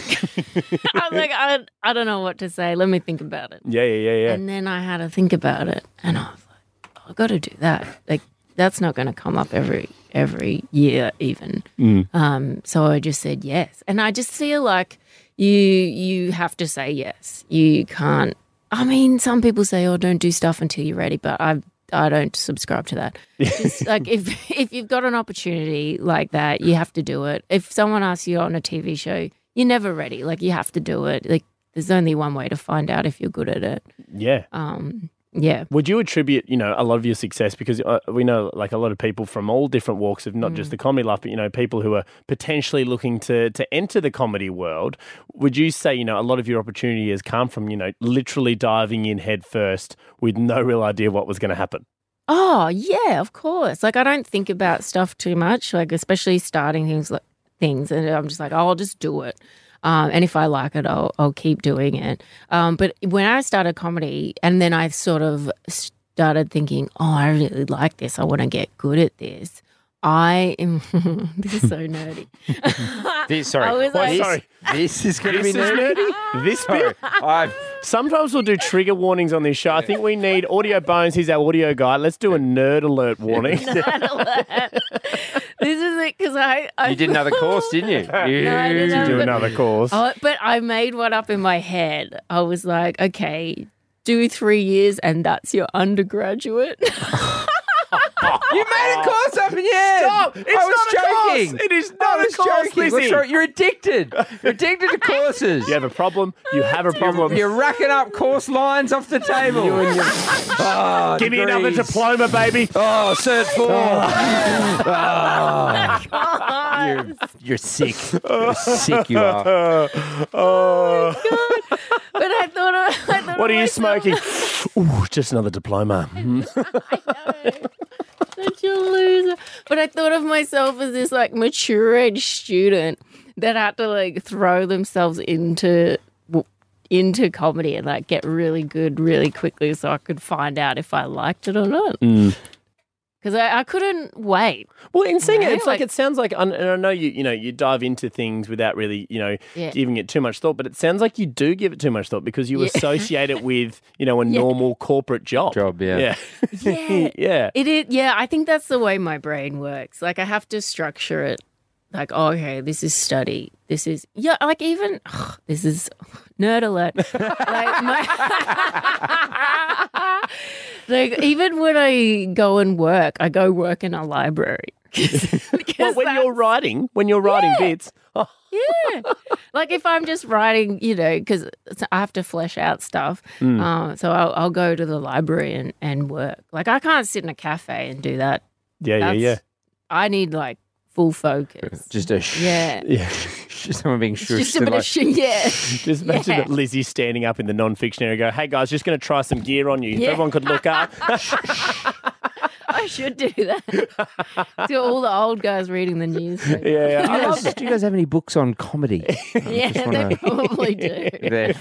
A: I'm like, I, I don't know what to say. Let me think about it.
B: Yeah, yeah, yeah, yeah.
A: And then I had to think about it, and I was like, "Oh, "I got to do that. Like that's not going to come up every every year, even."
B: Mm.
A: Um, so I just said yes, and I just feel like you you have to say yes. You can't. I mean, some people say, "Oh, don't do stuff until you're ready," but I I don't subscribe to that. Just, like if if you've got an opportunity like that, you have to do it. If someone asks you on a TV show, you're never ready. Like you have to do it. Like there's only one way to find out if you're good at it.
B: Yeah.
A: Um, yeah.
B: Would you attribute, you know, a lot of your success because uh, we know like a lot of people from all different walks of not just the comedy life, but you know, people who are potentially looking to to enter the comedy world. Would you say, you know, a lot of your opportunity has come from, you know, literally diving in head first with no real idea what was going to happen?
A: Oh, yeah, of course. Like I don't think about stuff too much, like especially starting things like things and I'm just like, oh, I'll just do it. Um, and if I like it, I'll, I'll keep doing it. Um, but when I started comedy and then I sort of started thinking, oh, I really like this. I want to get good at this. I am, this is so nerdy.
E: This, sorry.
A: I
E: What
A: was like-
E: is-
B: Sorry.
E: This is going to be
B: This is
E: nerdy.
B: nerdy. This
E: Sorry.
B: bit.
E: I've,
B: Sometimes we'll do trigger warnings on this show. I think we need Audio Bones. He's our audio guy. Let's do a nerd alert warning.
A: this is it because I, I.
E: you did another course, didn't you? you
A: No, I didn't have
B: do
A: but-
B: another course.
A: Oh, but I made one up in my head. I was like, okay, do three years and that's your undergraduate.
E: You made a course up in your head.
B: Stop! Oh, It's
E: I was
B: not a course.
E: joking.
B: It is
E: I
B: not a
E: was
B: course,
E: joking. What's
B: Lizzie.
E: wrong? You're addicted. You're addicted to courses.
B: You have a problem. You have a problem.
E: You're racking up course lines off the table. You and your, oh,
B: Give me another Ah.
E: degrees.
B: diploma, baby.
E: Oh, cert four.
A: God.
E: You're sick. You're sick. You are.
B: Uh, oh.
A: But I thought, I, I thought
B: what
A: of
B: are you
A: myself-
B: smoking? Ooh, just another diploma.
A: Such a loser. But I thought of myself as this like mature age student that had to like throw themselves into w- into comedy and like get really good really quickly so I could find out if I liked it or not.
B: Mm.
A: Because I, I couldn't wait.
B: Well, in saying it,
A: Right?
B: it's like,
A: Like-
B: it sounds like, and and I know you, you know, you dive into things without really, you know,
A: Yeah.
B: giving it too much thought. But it sounds like you do give it too much thought because you
A: Yeah.
B: associate it with, you know, a normal corporate job.
E: Job, yeah.
A: Yeah.
B: yeah.
A: It is, yeah. I think that's the way my brain works. Like I have to structure it. Like, oh, okay, this is study. This is yeah. Like even this is nerd alert. like, my, like even when I go and work, I go work in a library. 'Cause-
B: Well,
A: 'cause
B: when
A: that-
B: you're writing, when you're writing bits, oh,
A: yeah. Like if I'm just writing, you know, because I have to flesh out stuff.
B: Mm.
A: Um, so I'll, I'll go to the library and, and work. Like I can't sit in a cafe and do that.
B: yeah, yeah,
A: That's,
B: yeah,
A: I need like full focus.
E: Just a sh-
A: Yeah.
B: yeah.
E: Someone being
A: It's
E: shushed.
A: just a
E: and
A: bit
E: like,
A: of shit. Yeah.
B: Just imagine
A: Yeah.
B: that Lizzie standing up in the non-fiction area, go, "Hey guys, just going to try some gear on you. If
A: Yeah.
B: Everyone could look up."
A: I should do that. to all the old guys reading the news.
B: yeah, yeah.
E: do, you guys, do you guys have any books on comedy?
A: Yeah, they probably do.
E: There.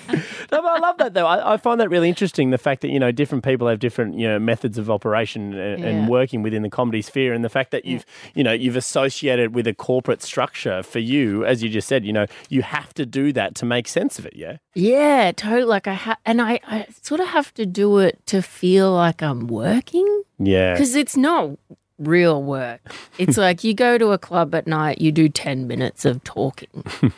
B: No, but I love that though. I, I find that really interesting. The fact that you know different people have different you know methods of operation and,
A: Yeah.
B: and working within the comedy sphere, and the fact that you've you know you've associated with a corporate structure for you, as you just said, you know you have to do that to make sense of it. Yeah,
A: Yeah, totally. Like I ha- and I, I sort of have to do it to feel like I'm working
B: yeah,
A: because it's not real work. It's like you go to a club at night, you do 10 minutes of talking.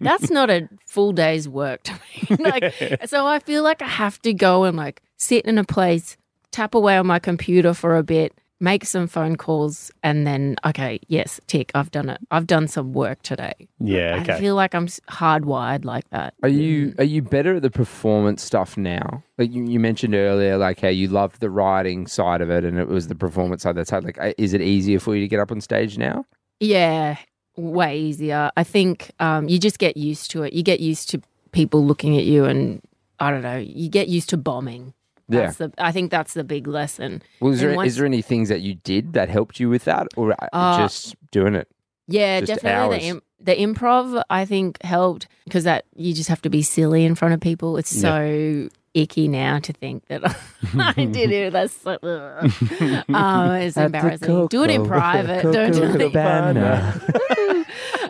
A: That's not a full day's work to me. like so I feel like I have to go and like sit in a place, tap away on my computer for a bit, make some phone calls, and then okay, yes, tick, I've done it. I've done some work today.
B: Yeah,
A: I
B: okay.
A: feel like I'm s- hardwired like that. Mm.
C: Are you are you better at the performance stuff now? Like you, you mentioned earlier, like how you loved the writing side of it, and it was the performance side that's hard. Like, uh, is it easier for you to get up on stage now?
A: Yeah, way easier. I think um, you just get used to it. You get used to people looking at you, and I don't know, you get used to bombing.
C: Yeah.
A: That's the, I think that's the big lesson.
C: Well, is
A: And
C: there,
A: once-
C: is there any things that you did that helped you with that, or uh,
A: Uh,
C: just doing it?
A: Yeah,
C: Just
A: definitely
C: hours.
A: the Im- the improv I think helped because that you just have to be silly in front of people. It's so icky now to think that I did it. That's so, ugh. um, it's embarrassing. Do it in private. Don't do it.
E: Mate,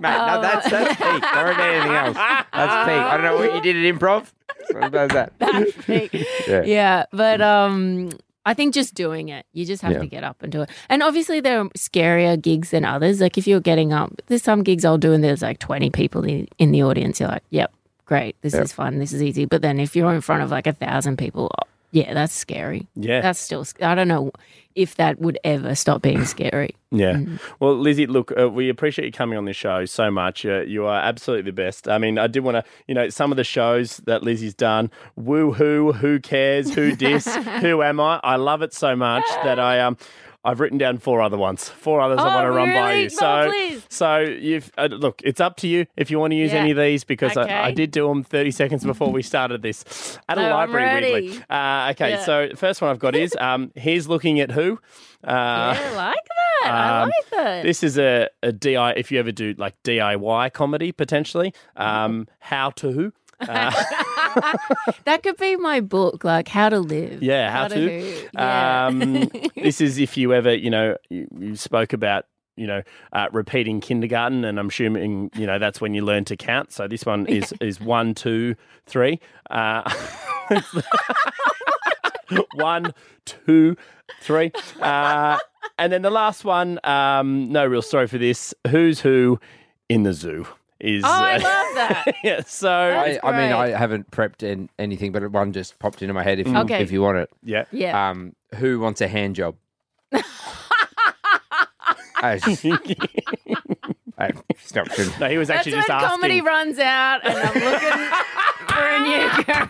E: no, that's that's
A: Uh,
E: peak. There ain't anything else. That's peak. I don't know what you did at improv.
C: How's Ah. that?
A: yeah. but um I think just doing it. You just have
C: Yeah.
A: to get up and do it. And obviously there are scarier gigs than others. Like if you're getting up, there's some gigs I'll do and there's like 20 people in, in the audience. You're like, "Yep, great. This is fun. This is easy." But then if you're in front of like a thousand people, oh, yeah, that's scary.
B: Yeah.
A: That's still sc- I don't know if that would ever stop being scary.
B: Yeah.
A: Mm.
B: Well, Lizzie, look, uh, we appreciate you coming on this show so much. Uh, you are absolutely the best. I mean, I did want to, you know, some of the shows that Lizzie's done, woo hoo, who cares, who dis, who am I? I love it so much that I um. I've written down four other ones. Four others I
A: Oh,
B: want to run by
A: really?
B: you.
A: No,
B: So,
A: please.
B: so you've, uh, look, it's up to you if you want to use
A: Yeah.
B: any of these because I, I
A: Okay.
B: did do them 30 seconds before we started this at a
A: No, I'm
B: library.
A: ready.
B: Weirdly, uh, okay.
A: Yeah.
B: So first one I've got is um, here's looking at who. Uh,
A: I like that. I
B: um,
A: like that.
B: this is a, a DI, if you ever do like DIY comedy potentially, um, how to. uh,
A: that could be my book like how to live.
B: Yeah, how, to.
A: who. Yeah.
B: Um, this is if you ever, you know, you, you spoke about, you know, uh, repeating kindergarten, and I'm assuming, you know, that's when you learn to count. So this one is is one, two, three. Uh, one, two, three. Uh, and then the last one, um, no real story for this. Who's who in the zoo is.
A: oh, I
B: uh,
A: love that.
B: yeah, so
C: I,
A: That's
C: I mean, I
A: great.
C: haven't prepped in anything, but one just popped into my head. If you,
A: Okay.
C: if you want it,
B: yeah.
A: Yeah.
C: um, who wants a hand job? I just- I- it's not good.
B: No, he was actually
A: That's
B: just
A: when
B: asking.
A: comedy runs out, and I'm looking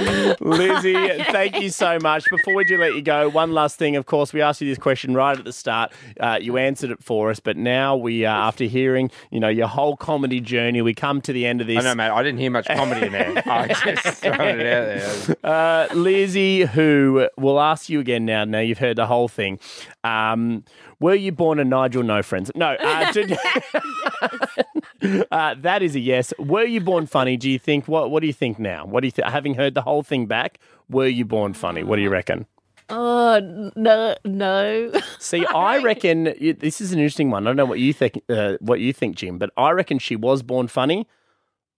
A: for a new career.
B: Lizzie, thank you so much. Before we do let you go, one last thing. Of course, we asked you this question right at the start. Uh, you answered it for us, but now we, uh, after hearing you know your whole comedy journey, we come to the end of
C: I
B: this.
C: know, mate. I didn't hear much comedy in there. I just thrown it out there.
B: Uh, Lizzie, who will ask you again now. Now you've heard the whole thing. Um, were you born a Nigel? No friends. No. Uh, did- uh, that is a yes. Were you born funny? Do you think what? What do you think now? What do you think? Having heard the whole thing back, were you born funny? What do you reckon?
A: oh no, no.
B: See, I reckon you- this is an interesting one. I don't know what you think, uh, what you think, Jim, but I reckon she was born funny,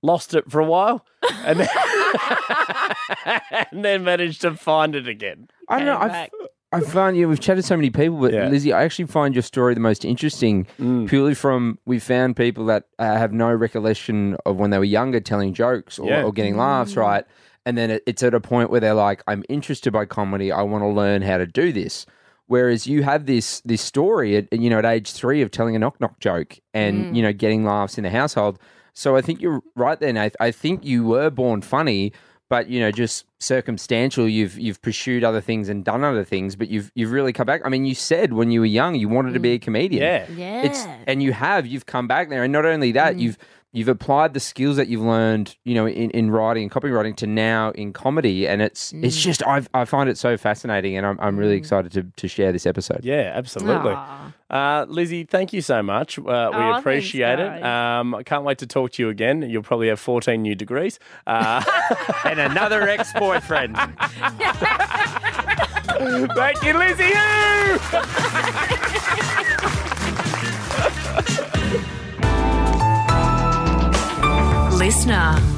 B: lost it for a while, and then, and then managed to find it again.
C: I don't know.
A: Came
C: I've,
A: back.
C: I found you. Know, we've chatted so many people, but
B: Yeah.
C: Lizzie, I actually find your story the most interesting
B: Mm.
C: purely from we found people that uh, have no recollection of when they were younger telling jokes or,
B: Yeah.
C: or getting laughs, right? And then it, it's at a point where they're like, "I'm interested by comedy. I want to learn how to do this." Whereas you have this this story, at, you know, at age three of telling a knock knock joke and you know getting laughs in the household. So I think you're right there, Nath. I think you were born funny, but you know, just circumstantial. You've you've pursued other things and done other things, but you've you've really come back. I mean, you said when you were young you wanted to be a comedian.
B: Yeah.
A: Yeah.
C: It's and you have you've come back there, and not only that, you've you've applied the skills that you've learned, you know, in, in writing and copywriting to now in comedy, and it's it's just I I find it so fascinating, and I'm I'm really excited to to share this episode.
B: Yeah, absolutely.
A: Aw.
B: Uh, Lizzie, thank you so much. Uh, we
A: Ah. thanks,
B: appreciate it.
A: guys.
B: Um, I can't wait to talk to you again. You'll probably have 14 new degrees. Uh,
E: And another ex boyfriend.
B: thank you, Lizzie. Hoo!
F: Listener.